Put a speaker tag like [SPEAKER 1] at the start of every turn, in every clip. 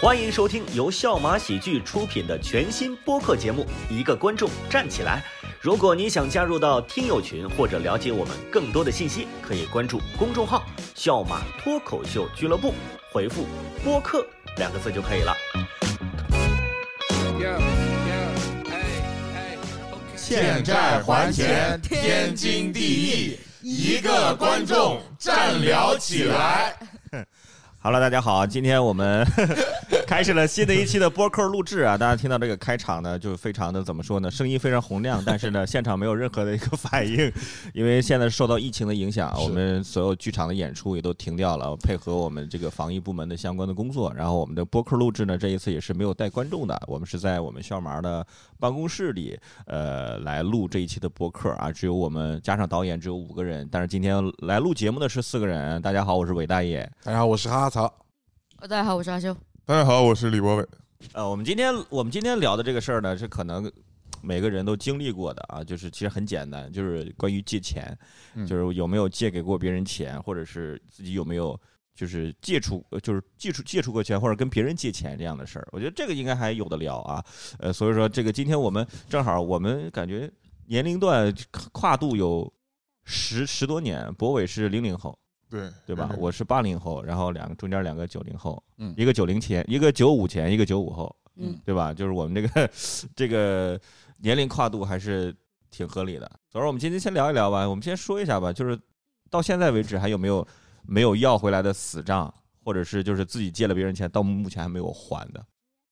[SPEAKER 1] 欢迎收听由笑马喜剧出品的全新播客节目《一个观众站起来》。如果你想加入到听友群或者了解我们更多的信息，可以关注公众号“笑马脱口秀俱乐部”，回复“播客”两个字就可以了。
[SPEAKER 2] 欠债还钱，天经地义。一个观众站聊起来。
[SPEAKER 3] Hello，大家好，今天我们 开始了新的一期的播客录制啊！大家听到这个开场呢，就非常的怎么说呢？声音非常洪亮，但是呢，现场没有任何的一个反应，因为现在受到疫情的影响，我们所有剧场的演出也都停掉了，配合我们这个防疫部门的相关的工作。然后我们的播客录制呢，这一次也是没有带观众的，我们是在我们校麻的办公室里，呃，来录这一期的播客啊，只有我们加上导演只有五个人，但是今天来录节目的是四个人。大家好，我是韦大爷。
[SPEAKER 2] 大家好，我是哈哈曹。
[SPEAKER 4] 大家好，我是阿修。
[SPEAKER 5] 大家好，我是李博伟。
[SPEAKER 3] 呃，我们今天我们今天聊的这个事儿呢，是可能每个人都经历过的啊，就是其实很简单，就是关于借钱，
[SPEAKER 2] 嗯
[SPEAKER 3] 就是有没有借给过别人钱，或者是自己有没有就是借出，呃就是借出借出过钱，或者跟别人借钱这样的事儿。我觉得这个应该还有的聊啊，呃，所以说这个今天我们正好我们感觉年龄段跨度有十十多年，博伟是零零后，
[SPEAKER 5] 对
[SPEAKER 3] 对吧？
[SPEAKER 5] 嗯
[SPEAKER 3] 我是八零后，然后两个中间两个九零后，
[SPEAKER 2] 嗯
[SPEAKER 3] 一个九零前，一个九五前，一个九五后，
[SPEAKER 4] 嗯，
[SPEAKER 3] 对吧？就是我们这个这个年龄跨度还是挺合理的。总之，我们今天先聊一聊吧，我们先说一下吧，就是到现在为止还有没有没有要回来的死账，或者是就是自己借了别人钱，到目前还没有还的，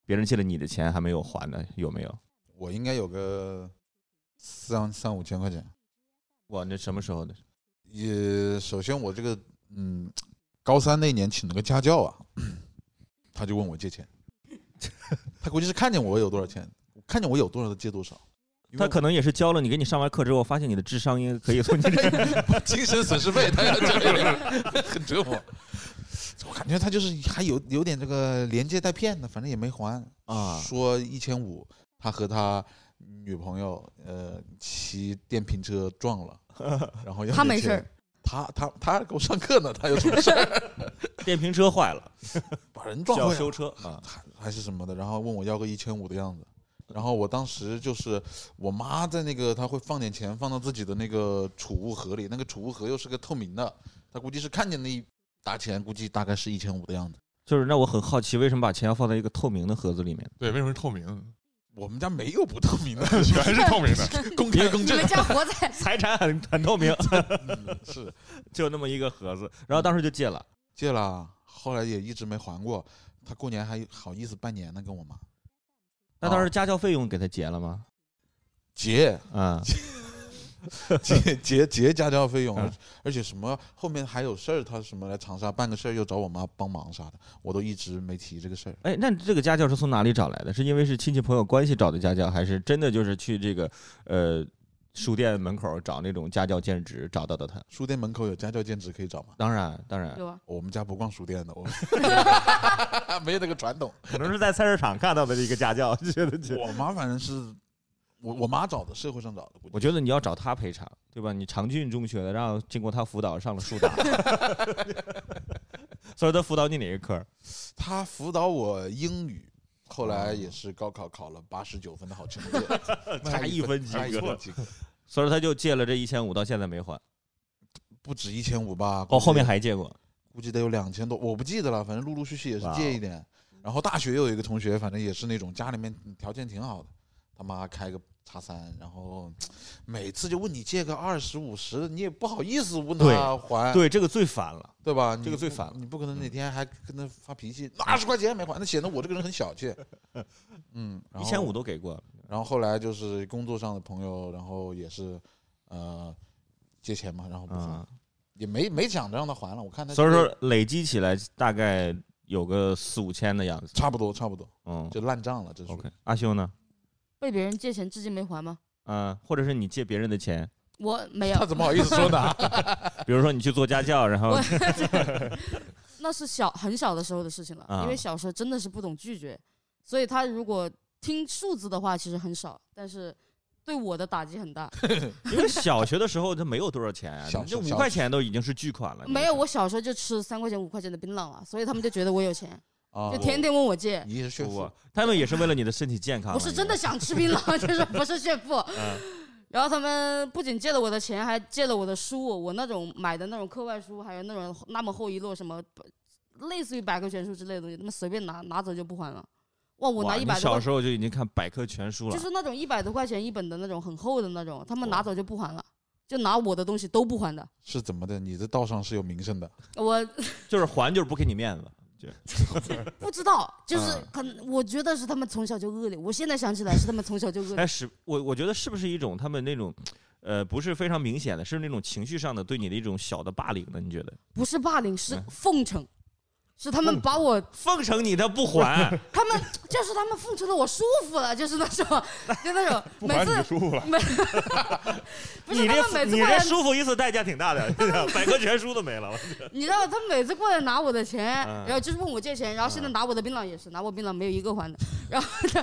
[SPEAKER 3] 别人借了你的钱还没有还的，有没有？
[SPEAKER 2] 我应该有个三三五千块钱。
[SPEAKER 3] 哇，那什么时候的？
[SPEAKER 2] 也首先我这个嗯，高三那年请了个家教啊， 他就问我借钱， 他估计是看见我有多少钱，看见我有多少就借多少。因为
[SPEAKER 3] 他可能也是教了你，给你上完课之后，发现你的智商应该可以从你这
[SPEAKER 2] 精神损失费，他要这很折磨。我感觉他就是还有有点这个连借带骗的，反正也没还
[SPEAKER 3] 啊
[SPEAKER 2] 说一千五，他和他女朋友呃骑电瓶车撞 了，然后要
[SPEAKER 4] 他
[SPEAKER 2] 借
[SPEAKER 4] 没
[SPEAKER 2] 钱
[SPEAKER 4] 事儿，
[SPEAKER 2] 他他他还给我上课呢，他有什么事 儿？
[SPEAKER 3] 电瓶车坏了，
[SPEAKER 2] 把人
[SPEAKER 3] 需
[SPEAKER 2] 撞
[SPEAKER 3] 要
[SPEAKER 2] 坏
[SPEAKER 3] 修
[SPEAKER 2] 了，
[SPEAKER 3] 车啊。
[SPEAKER 2] 还还是什么的，然后问我要个一千五的样子。然后我当时就是我妈在那个，她会放点钱放到自己的那个储物盒里，那个储物盒又是个透明的，她估计是看见那一沓钱，估计大概是一千五的样子。
[SPEAKER 3] 就是那我很好奇，为什么把钱要放在一个透明的盒子里面？
[SPEAKER 5] 对，为什么是透明的？
[SPEAKER 2] 我们家没有不透明的，
[SPEAKER 5] 全是透明的。
[SPEAKER 2] 公开公
[SPEAKER 4] 你
[SPEAKER 2] 正
[SPEAKER 4] 们。家活在
[SPEAKER 3] 财产很很透明，
[SPEAKER 2] 嗯 是
[SPEAKER 3] 就那么一个盒子，然后当时就借了。
[SPEAKER 2] 借了，后来也一直没还过。她过年还好意思拜年呢，跟我妈
[SPEAKER 3] 那当时家教费用给他结了吗？
[SPEAKER 2] 结
[SPEAKER 3] 啊，
[SPEAKER 2] 结结结家教费用，
[SPEAKER 3] 嗯
[SPEAKER 2] 而且什么后面还有事儿，他什么来长沙办个事儿，又找我妈帮忙啥的，我都一直没提这个事儿。
[SPEAKER 3] 哎，那这个家教是从哪里找来的？是因为是亲戚朋友关系找的家教，还是真的就是去这个呃书店门口找那种家教兼职找到的他？
[SPEAKER 2] 书店门口有家教兼职可以找吗？
[SPEAKER 3] 当然，当然，
[SPEAKER 4] 有啊，
[SPEAKER 2] 我们家不逛书 店的，我没有那个传统。
[SPEAKER 3] 可能是在菜市场看到的一个家教， 觉得就。
[SPEAKER 2] 我妈反正是我我妈找的，社会上找的，
[SPEAKER 3] 我觉得你要找他赔偿，对吧？你长郡中学的，让经过他辅导上了树大，所以他辅导你哪个科儿？
[SPEAKER 2] 她辅导我英语。后
[SPEAKER 3] 哦
[SPEAKER 2] 来也是高考考了八十九分的好成 绩，
[SPEAKER 3] 差一分及
[SPEAKER 2] 差一
[SPEAKER 3] 格
[SPEAKER 2] 分及格，
[SPEAKER 3] 所以说他就借了这一千五，到现在没还。
[SPEAKER 2] 不止一千五吧？
[SPEAKER 3] 哦，
[SPEAKER 2] 估计
[SPEAKER 3] 后面还借过。
[SPEAKER 2] 估计得有两千多，我不记得了，反正陆陆续续也是
[SPEAKER 3] 哇哦
[SPEAKER 2] 借一点。然后大学有一个同学，反正也是那种家里面嗯条件挺好的，他妈开个叉三，然后每次就问你借个二十五十，你也不好意思问他还，
[SPEAKER 3] 对，这个最烦了。
[SPEAKER 2] 对吧？你
[SPEAKER 3] 这个最
[SPEAKER 2] 不
[SPEAKER 3] 烦了嗯
[SPEAKER 2] 你不可能哪天还跟他发脾气，二十块钱没还，那显得我这个人很 小气。嗯，然
[SPEAKER 3] 一
[SPEAKER 2] 后
[SPEAKER 3] 千五都给过了，
[SPEAKER 2] 然后后来就是工作上的朋友，然后也是，呃，借钱嘛，然后不还，
[SPEAKER 3] 啊，
[SPEAKER 2] 也没没想着让他还了。我看他
[SPEAKER 3] 嗯所以说累积起来大概有个四五千的样子。
[SPEAKER 2] 差不多差不多，
[SPEAKER 3] 嗯
[SPEAKER 2] 就烂账了，这是。
[SPEAKER 3] ，OK。阿修呢？
[SPEAKER 4] 被别人借钱至今没还吗？
[SPEAKER 3] 嗯，或者是你借别人的钱，
[SPEAKER 4] 我没
[SPEAKER 2] 他
[SPEAKER 4] 有，
[SPEAKER 2] 怎么好意思说 呢？
[SPEAKER 3] 比如说你去做家教，然后
[SPEAKER 4] 我那是小很小的时候的事情了，
[SPEAKER 3] 啊
[SPEAKER 4] 因为小时候真的是不懂拒绝，所以他如果听数字的话，其实很少，但是对我的打击 很大。
[SPEAKER 3] 因为小学的时候他没有多少钱啊，
[SPEAKER 2] 小
[SPEAKER 3] 这
[SPEAKER 2] 小
[SPEAKER 3] 五块钱都已经是巨款了。
[SPEAKER 4] 没有，我小时候就吃三块钱、五块钱的槟榔了，所以他们就觉得我有钱。
[SPEAKER 2] 啊
[SPEAKER 4] 就，天天问我借，
[SPEAKER 2] 你也是炫
[SPEAKER 3] 不
[SPEAKER 2] 富
[SPEAKER 3] 不，他们也是为了你嗯的身体健康。
[SPEAKER 4] 我是真的想吃槟 榔，就是不是炫富。然后他们不仅借了我的钱，还借了我的书，我那种买的那种课外书，还有那种那么厚一摞什么，类似于百科全书之类的东西，他们随便拿拿走就不还了。哇，我
[SPEAKER 3] 哇
[SPEAKER 4] 拿一
[SPEAKER 3] 你
[SPEAKER 4] 百多
[SPEAKER 3] 小
[SPEAKER 4] 块，
[SPEAKER 3] 时候就已经看百科全书了，
[SPEAKER 4] 就是那种一百多块钱一本的那种很厚的那种，他们拿走就不还了，就拿我的东西都不还的。
[SPEAKER 2] 是怎么的？你这道上是有名声的，
[SPEAKER 4] 我
[SPEAKER 3] 就是还就是不给你面子。
[SPEAKER 4] 不知道，就是
[SPEAKER 3] 嗯
[SPEAKER 4] 可能我觉得是他们从小就恶劣，我现在想起来是他们从小就恶劣
[SPEAKER 3] 哎，。是我我觉得是不是一种他们那种，呃，不是非常明显的，是那种情绪上的对你的一种小的霸凌呢？你觉得？
[SPEAKER 4] 不是霸凌，是
[SPEAKER 3] 嗯
[SPEAKER 4] 奉承，是他们把我，
[SPEAKER 3] 奉承你他不还，
[SPEAKER 4] 他 们就是他们奉承的我舒服了，就是那种，就那种，
[SPEAKER 5] 不
[SPEAKER 4] 每
[SPEAKER 5] 还你就
[SPEAKER 4] 次
[SPEAKER 5] 舒服了。
[SPEAKER 4] 不是
[SPEAKER 3] 你
[SPEAKER 4] 他们
[SPEAKER 3] 这
[SPEAKER 4] 每次
[SPEAKER 3] 你
[SPEAKER 4] 过
[SPEAKER 3] 这
[SPEAKER 4] 来，
[SPEAKER 3] 舒服一次代价挺大 的， 百科全书都没了。
[SPEAKER 4] 你知道他每次过来拿我的钱，
[SPEAKER 3] 嗯
[SPEAKER 4] 然后就是问我借钱，然后现
[SPEAKER 5] 嗯
[SPEAKER 4] 在拿我的槟榔也是，拿我槟榔没有一个还的，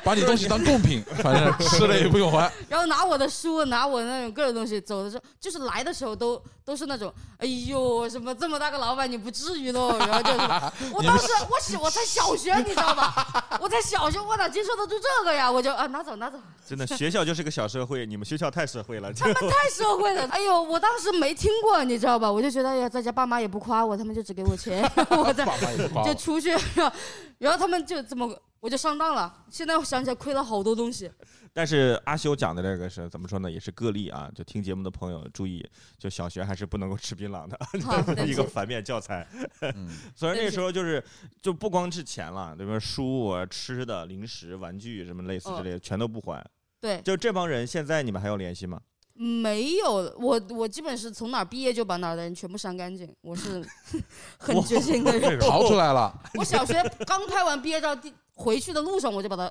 [SPEAKER 2] 把你东西当贡 品，反正吃了也不用还。
[SPEAKER 4] 然后拿我的书，拿我那种各种东西，走的时候就是来的时候都都是那种，哎呦，什么这么大个老板你不至于喽，然后 就是，我当时我小我才小学你知道吧，我才小学我哪接受得住这个呀，我就啊拿走拿走。
[SPEAKER 3] 真的，学校就是个小社会，你们学校太社会 了。
[SPEAKER 4] 他们太社会了，哎呦，我当时没听过，你知道吧？我就觉得，哎呀，在家爸妈也不夸我，他们就只给我钱， 我在
[SPEAKER 2] 爸妈也不夸
[SPEAKER 4] 就
[SPEAKER 2] 我，
[SPEAKER 4] 出去， 然后然后他们就怎么我就上当了。现在我想起来亏了好多东西，
[SPEAKER 3] 但是阿修讲的这个是怎么说呢？也是个例啊，就听节目的朋友注意，就小学还是不能够吃槟榔的。
[SPEAKER 4] 好，对
[SPEAKER 3] 一
[SPEAKER 4] 不
[SPEAKER 3] 个
[SPEAKER 4] 起
[SPEAKER 3] 反面教材。
[SPEAKER 2] 嗯
[SPEAKER 3] 虽然那
[SPEAKER 4] 对不起
[SPEAKER 3] 时候就是就不光是钱了，对吧？书啊、吃的、零食、玩具什么类似
[SPEAKER 4] 哦
[SPEAKER 3] 之类的，全都不还。
[SPEAKER 4] 对，
[SPEAKER 3] 就这帮人，现在你们还有联系吗？
[SPEAKER 4] 没有我，我基本是从哪儿毕业就把哪儿的人全部删干净，我是 很决心的
[SPEAKER 2] 嗯
[SPEAKER 4] 人。
[SPEAKER 2] 逃出来 了，
[SPEAKER 4] 我小学刚拍完毕业照第回去的路上，我就把它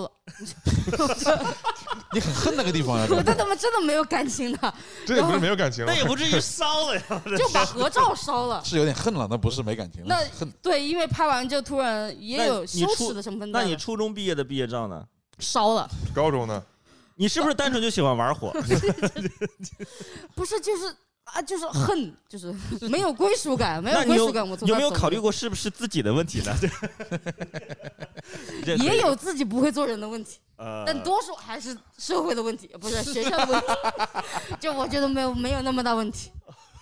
[SPEAKER 4] 了，
[SPEAKER 2] 你很恨那个地方呀。
[SPEAKER 4] 我对他们真的没有感情的，
[SPEAKER 5] 这也不是没有感情 了
[SPEAKER 3] 那，也不至于烧了呀。
[SPEAKER 4] 就把合照烧了。
[SPEAKER 2] 是有点恨了，那不是没感情了
[SPEAKER 4] 那，
[SPEAKER 2] 恨
[SPEAKER 4] 对，因为拍完就突然也
[SPEAKER 3] 那
[SPEAKER 4] 有
[SPEAKER 3] 你
[SPEAKER 4] 羞
[SPEAKER 3] 出
[SPEAKER 4] 耻的成分在
[SPEAKER 3] 那
[SPEAKER 4] 了。
[SPEAKER 3] 你初中毕业的毕业照呢？
[SPEAKER 4] 烧了？
[SPEAKER 5] 高中呢？
[SPEAKER 3] 你是不是单纯就喜欢玩火？
[SPEAKER 4] 不是，就是啊，就是恨，就是 没有归 属感，没
[SPEAKER 3] 嗯那
[SPEAKER 4] 有
[SPEAKER 3] 你
[SPEAKER 4] 哎归
[SPEAKER 3] 有
[SPEAKER 4] 属感。我从
[SPEAKER 3] 有
[SPEAKER 4] 那
[SPEAKER 3] 没有
[SPEAKER 4] 走
[SPEAKER 3] 考虑
[SPEAKER 4] 的？
[SPEAKER 3] 过是不是自己的问题 呢？这
[SPEAKER 4] 也，有自己不会做人的问题，
[SPEAKER 3] 呃，
[SPEAKER 4] 但多数还是社会的问题，不是学校的问题。 就我觉得没有没有那么大 问题，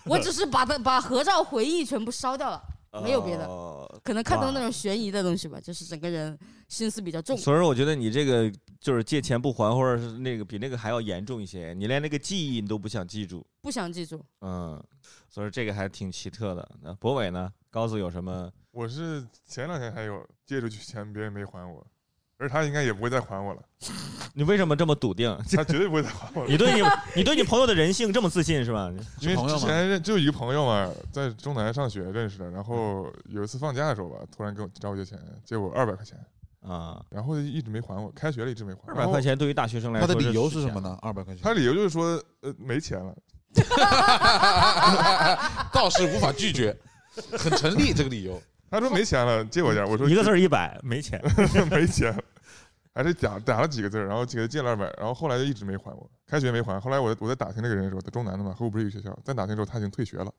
[SPEAKER 4] 我只是把它把合照回忆全部烧掉了，没有别的
[SPEAKER 3] 的。
[SPEAKER 4] 可能看
[SPEAKER 3] 哇
[SPEAKER 4] 到那种悬疑的东西吧，就是整个人心思比较重。
[SPEAKER 3] 所以说，我觉得你这个就是借钱不还，或者是那个比那个还要严重一些。你连那个记忆你都不想记住，
[SPEAKER 4] 不想记住，
[SPEAKER 3] 嗯，所以说这个还挺奇特的。那博伟呢？高子有什么？
[SPEAKER 5] 我是前两天还有借出去钱，别人没还我，而他应该也不会再还我了，
[SPEAKER 3] 你为什么这么笃 定？
[SPEAKER 5] 他绝对不会再还我了
[SPEAKER 3] 你。对你，你对你朋友的人性这么自信是吧？
[SPEAKER 5] 因为
[SPEAKER 2] 朋友吗
[SPEAKER 5] 之前认就有一个朋友嘛，在中南上学认识的，然后有一次放假的时候吧，突然跟我找我借钱，借我二百块钱，
[SPEAKER 3] 啊，
[SPEAKER 5] 然后一直没还我，开学了一直没还。
[SPEAKER 3] 二百块，钱对于大学生来
[SPEAKER 2] 他
[SPEAKER 3] 说，
[SPEAKER 2] 的理由是什么？呢？二百块
[SPEAKER 5] 他
[SPEAKER 2] 钱，
[SPEAKER 5] 理由就是说呃没钱了，
[SPEAKER 2] 倒是无法拒绝，很成立这个理由。
[SPEAKER 5] 他说没钱了，借我点儿，我说
[SPEAKER 3] 一个字一百，没 钱。
[SPEAKER 5] 没钱，还是打打了几个字儿，然后给他借了二百，然后后来就一直没还我，开学没还。后来我我在打听这个人的时候，在中南的嘛，和我不是一个学校，在打听的时候他已经退学了，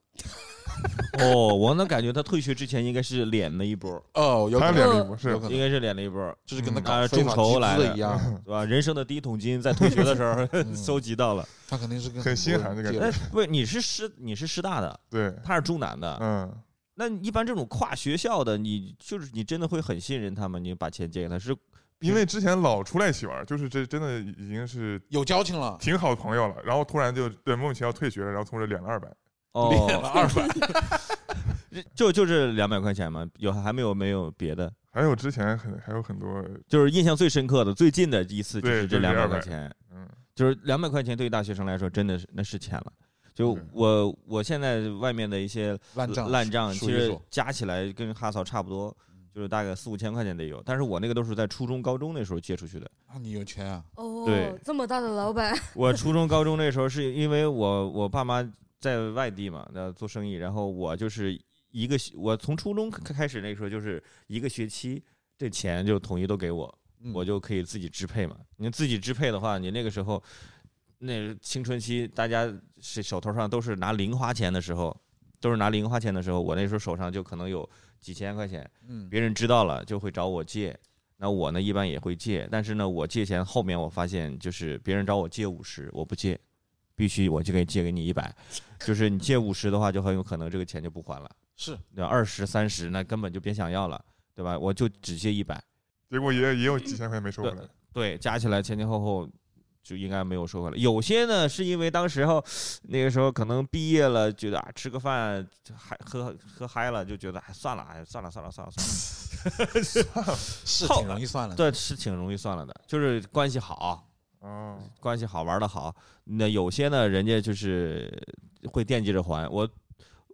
[SPEAKER 3] 哦，我能感觉他退学之前应该是敛了一波，
[SPEAKER 2] 哦，有
[SPEAKER 5] 他
[SPEAKER 2] 可
[SPEAKER 5] 俩
[SPEAKER 2] 能，
[SPEAKER 5] 了一波是
[SPEAKER 2] 有可
[SPEAKER 3] 应
[SPEAKER 2] 能
[SPEAKER 3] 该是敛了一波，
[SPEAKER 2] 就是跟他
[SPEAKER 5] 嗯
[SPEAKER 2] 搞
[SPEAKER 3] 啊
[SPEAKER 2] 非
[SPEAKER 3] 众
[SPEAKER 2] 法
[SPEAKER 3] 筹
[SPEAKER 2] 集
[SPEAKER 3] 来
[SPEAKER 2] 资
[SPEAKER 3] 的
[SPEAKER 2] 的一样，
[SPEAKER 3] 对吧？人生的第一桶金在退学的时候
[SPEAKER 2] 嗯
[SPEAKER 3] 收集到了。
[SPEAKER 2] 他肯定是跟
[SPEAKER 5] 很心
[SPEAKER 2] 多人
[SPEAKER 5] 寒这个
[SPEAKER 2] 借
[SPEAKER 5] 人
[SPEAKER 3] 哎，不是，你是师，你是师大的，
[SPEAKER 5] 对，
[SPEAKER 3] 他是中南的。
[SPEAKER 5] 嗯，
[SPEAKER 3] 那一般这种跨学校的，你就是你真的会很信任他们，你把钱借给他是
[SPEAKER 5] 因为之前老出来一起玩儿，就是这真的已经是
[SPEAKER 2] 有交情了，
[SPEAKER 5] 挺好的朋友了，然后突然就对莫名其妙退学了，然后从这敛了二百，
[SPEAKER 3] 哦，
[SPEAKER 2] 二百，
[SPEAKER 3] 就就是两百 块钱嘛，有还没有没有别的？
[SPEAKER 5] 还有之前很还有很多，
[SPEAKER 3] 就是印象最深刻的最近的一次就
[SPEAKER 5] 对
[SPEAKER 3] 是这
[SPEAKER 5] 就是
[SPEAKER 3] 两百
[SPEAKER 5] 200
[SPEAKER 3] 块钱，
[SPEAKER 5] 嗯，
[SPEAKER 3] 就是两百块钱对于大学生来说真的是那是钱了。就
[SPEAKER 5] 对
[SPEAKER 3] 我我现在外面的一些
[SPEAKER 2] 烂账
[SPEAKER 3] 烂账，
[SPEAKER 2] 数
[SPEAKER 3] 其
[SPEAKER 2] 一嗯
[SPEAKER 3] 实
[SPEAKER 2] 数
[SPEAKER 3] 加起来跟哈嫂差不多，就是大概四五千块钱得有。但是我那个都是在初中高中那时候借出去的。
[SPEAKER 2] 啊，你有钱啊？
[SPEAKER 4] 哦
[SPEAKER 3] 对，
[SPEAKER 4] 这么大的老板，
[SPEAKER 3] 我初中、高中那时候是因为我我爸妈在外地嘛，那做生意，然后我就是一个学我从初中开开始那时候就是一个学期，这钱就统一都给我，
[SPEAKER 2] 嗯
[SPEAKER 3] 我就可以自己支配嘛。你自己支配的话，你那个时候那青春期，大家是手头上都是拿零花钱的时候，都是拿零花钱的时候，我那时候手上就可能有几千块钱，
[SPEAKER 2] 嗯，
[SPEAKER 3] 别人知道了就会找我借。那我呢，一般也会借，但是呢，我借钱后面我发现就是别人找我借五十，我不借，必须我就给借给你一百，就是你借五十的话，就很有可能这个钱就不还了。
[SPEAKER 2] 是
[SPEAKER 3] 对吧？二十、三十那根本就别想要了，对吧？我就只借一百，
[SPEAKER 5] 结果也也有几千块钱没收回来。
[SPEAKER 3] 对，加起来前前后后就应该没有收回来。有些呢，是因为当时候那个时候可能毕业了，觉得啊吃个饭就嗨喝喝嗨了，就觉得哎算了，哎算了算了算了算了，
[SPEAKER 2] 是
[SPEAKER 3] 后
[SPEAKER 2] 挺容易算了的，
[SPEAKER 3] 这是挺容易算了的，就是关系好，
[SPEAKER 5] 啊，
[SPEAKER 3] 关系好玩的好。那有些呢，人家就是会惦记着还我。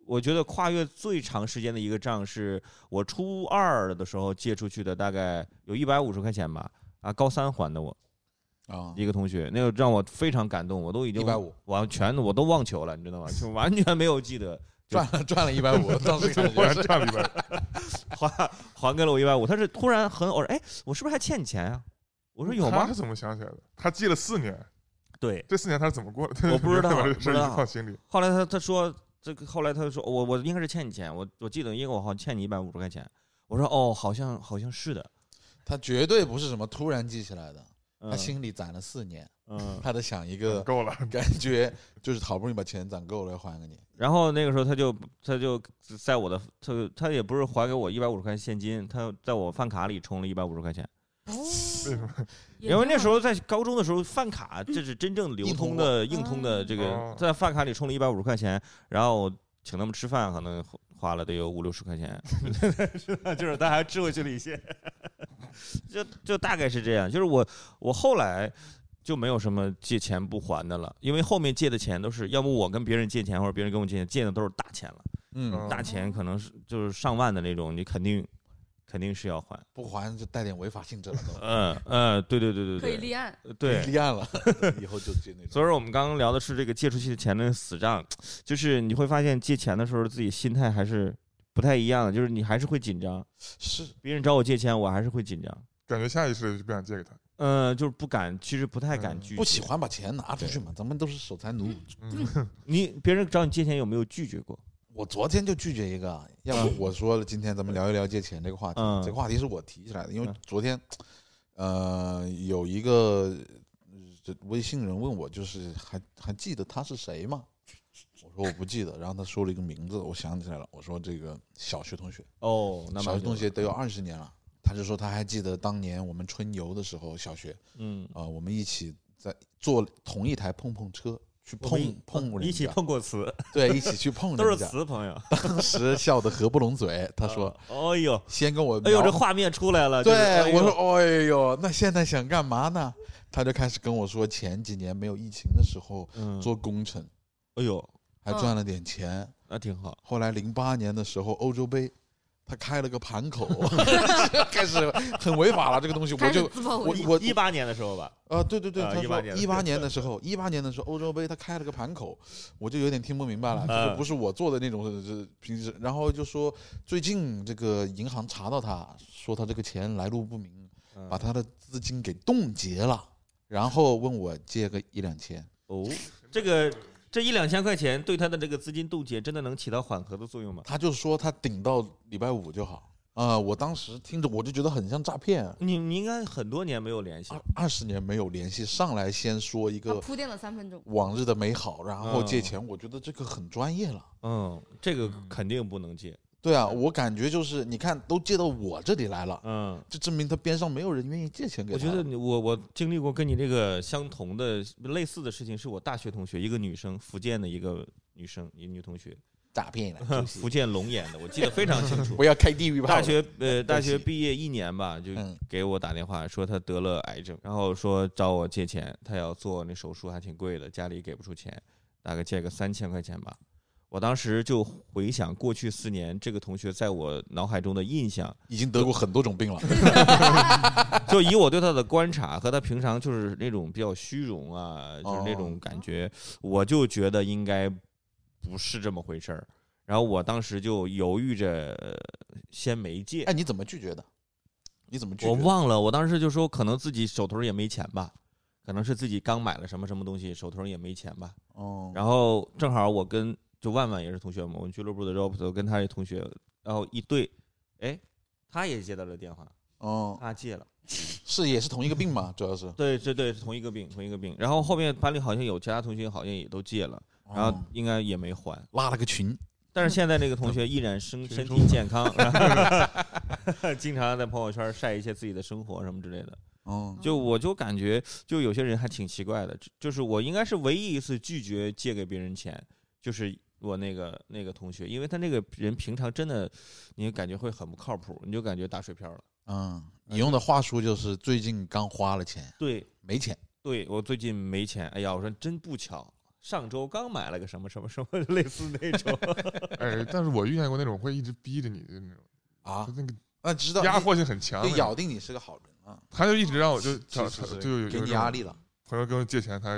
[SPEAKER 3] 我觉得跨越最长时间的一个账是我初二的时候借出去的，大概有一百五十块钱吧。啊，高三还的我
[SPEAKER 2] 啊，
[SPEAKER 3] 一个同学，那个让我非常感动，我都已经
[SPEAKER 2] 150
[SPEAKER 3] 完全我都忘球了，你知道吗？就完全没有记得
[SPEAKER 2] 赚了赚了一百五，当时
[SPEAKER 5] 最
[SPEAKER 2] 感
[SPEAKER 5] 后
[SPEAKER 2] 觉
[SPEAKER 5] 还
[SPEAKER 2] 是
[SPEAKER 5] 差了一百，
[SPEAKER 3] 还还给了我一百五，他是突然很偶然，哎，我是不是还欠你钱啊？我说有吗
[SPEAKER 5] 哦他？怎么想起来的？他记了四年，
[SPEAKER 3] 对，
[SPEAKER 5] 这四年他是怎么过的？
[SPEAKER 3] 我不知道
[SPEAKER 5] 把 这个事儿
[SPEAKER 3] 不知
[SPEAKER 5] 一
[SPEAKER 3] 道
[SPEAKER 5] 直放心里。
[SPEAKER 3] 后来他他说这个，后来他说我我应该是欠你钱，我我记得因为我好像欠你一百五十块钱。我说哦，好像好像是的，
[SPEAKER 2] 他绝对不是什么突然记起来的，
[SPEAKER 3] 嗯
[SPEAKER 2] 他心里攒了四年，
[SPEAKER 3] 嗯。
[SPEAKER 2] 他得想一个
[SPEAKER 5] 够了，
[SPEAKER 2] 感觉，就是好不容易把钱攒够了要还给你，
[SPEAKER 3] 然后那个时候他就他就在我的他他也不是还给我一百五十块钱现金，他在我饭卡里充了一百五十块钱。
[SPEAKER 4] 也
[SPEAKER 3] 因为
[SPEAKER 4] 没
[SPEAKER 3] 那
[SPEAKER 4] 有
[SPEAKER 3] 时候在高中的时候，饭卡这是真正流通的、硬通的
[SPEAKER 4] 嗯
[SPEAKER 3] 这个
[SPEAKER 5] 哦，
[SPEAKER 3] 在饭卡里充了一百五十块钱，然后请他们吃饭，可能花了得有五六十块钱，是吧 就是大家吃回去了一些， 就就大概是这样。就是我我后来就没有什么借钱不还的了，因为后面借的钱都是要么我跟别人借钱，或者别人跟我借钱，借的都是大钱了，
[SPEAKER 2] 嗯
[SPEAKER 5] 嗯，
[SPEAKER 3] 大钱可能是就是上万的那种，你肯定肯定是要还。
[SPEAKER 2] 不还就带点违法性质 了都，
[SPEAKER 3] 嗯嗯，对对对
[SPEAKER 4] 可
[SPEAKER 3] 对对，
[SPEAKER 4] 以立案，
[SPEAKER 3] 对。
[SPEAKER 2] 立案了，以后就借那种。
[SPEAKER 3] 所以说我们刚刚聊的是这个借出去的钱的死账，就是你会发现借钱的时候自己心态还是不太一样的，就是你还是会紧张。
[SPEAKER 2] 是
[SPEAKER 3] 别人找我借钱，我还是会紧张，
[SPEAKER 5] 感觉下意识的就不想借给他。
[SPEAKER 3] 嗯、就是不敢，其实不太敢
[SPEAKER 5] 嗯
[SPEAKER 3] 拒绝。
[SPEAKER 2] 不喜欢把钱拿出去嘛，咱们都是守财奴。
[SPEAKER 5] 嗯，
[SPEAKER 3] 你别人找你借钱有没有拒绝过？
[SPEAKER 2] 我昨天就拒绝一个，啊要不我说了，今天咱们聊一聊借钱这个话题。
[SPEAKER 3] 嗯
[SPEAKER 2] 这个话题是我提起来的，因为
[SPEAKER 3] 嗯
[SPEAKER 2] 昨天，呃，有一个呃这微信人问我，就是还还记得他是谁吗？我说我不记得，然后他说了一个名字，我想起来了，我说这个小学同学，
[SPEAKER 3] 哦，那
[SPEAKER 2] 小
[SPEAKER 3] 么
[SPEAKER 2] 学同学得有二十年了。他就说他还记得当年我们春游的时候，小学
[SPEAKER 3] 嗯，
[SPEAKER 2] 啊、呃我们一起在坐同一台碰碰车去碰碰人家，
[SPEAKER 3] 一起碰过瓷，
[SPEAKER 2] 对，一起 去碰人家，
[SPEAKER 3] 都是瓷朋友。
[SPEAKER 2] 当时笑得合不拢嘴。他说
[SPEAKER 3] 哦：“哎呦，
[SPEAKER 2] 先跟我
[SPEAKER 3] 哎呦，
[SPEAKER 2] 描
[SPEAKER 3] 这画面出来了。就是哎
[SPEAKER 2] 对
[SPEAKER 3] 呦
[SPEAKER 2] 我说，哎呦，那现在想干嘛呢？”他就开始跟我说，前几年没有疫情的时候
[SPEAKER 3] 嗯，
[SPEAKER 2] 做工程，
[SPEAKER 3] 哎呦，
[SPEAKER 2] 还赚了点钱。
[SPEAKER 3] 那挺好。
[SPEAKER 2] 后来零八年的时候，欧洲杯。他开了个 盘口， 开始很违法了。这个东西，我
[SPEAKER 4] 开始
[SPEAKER 2] 就
[SPEAKER 4] 自曝
[SPEAKER 2] 我
[SPEAKER 4] 为
[SPEAKER 2] 我
[SPEAKER 3] 一八年的时候吧，
[SPEAKER 2] 啊，对对对，
[SPEAKER 3] 啊
[SPEAKER 2] 他
[SPEAKER 3] 18
[SPEAKER 2] 说
[SPEAKER 3] 年的
[SPEAKER 2] 一
[SPEAKER 3] 时候
[SPEAKER 2] 八年的时候，一八年的时候欧洲杯他开了个盘口，我就有点听不明白了，
[SPEAKER 3] 嗯
[SPEAKER 2] 就是不是我做的那种，是平时，然后就说最近这个银行查到他，说他这个钱来路不明，
[SPEAKER 3] 嗯
[SPEAKER 2] 把他的资金给冻结了，然后问我借个一两千，
[SPEAKER 3] 哦，这个这一两千块钱对他的这个资金冻结真的能起到缓和的作用吗？
[SPEAKER 2] 他就说他顶到礼拜五就好啊、我当时听着我就觉得很像诈骗，啊
[SPEAKER 3] 你你应该很多年没有联系
[SPEAKER 2] 二，二十年没有联系，上来先说一
[SPEAKER 4] 他
[SPEAKER 2] 个
[SPEAKER 4] 铺垫了三 分钟，
[SPEAKER 2] 往日的美好，然后借
[SPEAKER 3] 啊嗯
[SPEAKER 2] 钱，我觉得这个很专业了。
[SPEAKER 3] 嗯，这个肯定不能借，
[SPEAKER 2] 对啊，我感觉就是你看都借到我这里来了，
[SPEAKER 3] 嗯，
[SPEAKER 2] 就证明他边上没有人愿意借钱给
[SPEAKER 3] 我
[SPEAKER 2] 他。
[SPEAKER 3] 觉得你我我经历过跟你这个相同的类似的事情，是我大学同学，一个女生，福建的一个女生，一女同学，
[SPEAKER 2] 诈骗 了，
[SPEAKER 3] 福建龙岩的，我记得非常 清楚
[SPEAKER 2] 不。要开地狱炮。
[SPEAKER 3] 大学呃，大
[SPEAKER 2] 对
[SPEAKER 3] 学
[SPEAKER 2] 不起
[SPEAKER 3] 毕业一年吧，就
[SPEAKER 2] 嗯
[SPEAKER 3] 给我打电话说她得了癌症，然后说找我借钱，她要做那手术还挺贵的，家里给不出钱，大概借个三千块钱吧。我当时就回想过去四年，这个同学在我脑海中的印象，
[SPEAKER 2] 已经得过很多种病了，
[SPEAKER 3] 就以我对他的观察和他平常就是那种比较虚荣啊，就是那种感觉，我就觉得应该不是这么回事儿。然后我当时就犹豫着呃先没借
[SPEAKER 2] 哎，，你怎么拒绝的？你怎么拒绝？
[SPEAKER 3] 我忘了，我当时就说可能自己手头儿也没钱吧，可能是自己刚买了什么什么东西，手头儿也没钱吧。
[SPEAKER 2] 哦，
[SPEAKER 3] 然后正好我跟就万万也是同学嘛，我们俱乐部的 Rob 都跟他的同学，然后一对哎，他也接到了电话，
[SPEAKER 2] 嗯，
[SPEAKER 3] 他戒了。
[SPEAKER 2] 是也是同一个病吧，主要 是。
[SPEAKER 3] 对，这对是同一个病，同一个病。然后后面班里好像有其他同学好像也都戒了，然后
[SPEAKER 2] 哦
[SPEAKER 3] 应该也没还。
[SPEAKER 2] 拉了个群，
[SPEAKER 3] 但是现在那个同学依然 身
[SPEAKER 5] 群
[SPEAKER 3] 身
[SPEAKER 5] 众
[SPEAKER 3] 体健康，然后 经常在朋友圈晒一些自己的生活什么之类的。
[SPEAKER 2] 嗯，
[SPEAKER 3] 就我就感觉，就有些人还挺奇怪的，就就是我应该是唯一一次拒绝借给别人钱，就是我那个那个同学，因为他那个人平常真的，你感觉会很不靠谱，你就感觉打水漂了。
[SPEAKER 2] 嗯，你用的话术就是最近刚花了钱，
[SPEAKER 3] 对，
[SPEAKER 2] 没钱。
[SPEAKER 3] 对我最近没钱，哎呀，我说真不巧，上周刚买了个什么什么什么， 类似那种。
[SPEAKER 5] 哎，但是我遇见过那种会一直逼着你的那种，
[SPEAKER 2] 啊
[SPEAKER 5] 就，那个
[SPEAKER 2] 那啊知道
[SPEAKER 5] 压
[SPEAKER 2] 你
[SPEAKER 5] 迫性很强
[SPEAKER 2] 就
[SPEAKER 5] 的，
[SPEAKER 2] 咬定你是个好人啊，
[SPEAKER 5] 他就一直让我就是找
[SPEAKER 2] 是是
[SPEAKER 5] 就有有
[SPEAKER 2] 给
[SPEAKER 5] 有
[SPEAKER 2] 你
[SPEAKER 5] 这
[SPEAKER 2] 压
[SPEAKER 5] 种
[SPEAKER 2] 力了。
[SPEAKER 5] 朋友跟我借钱，他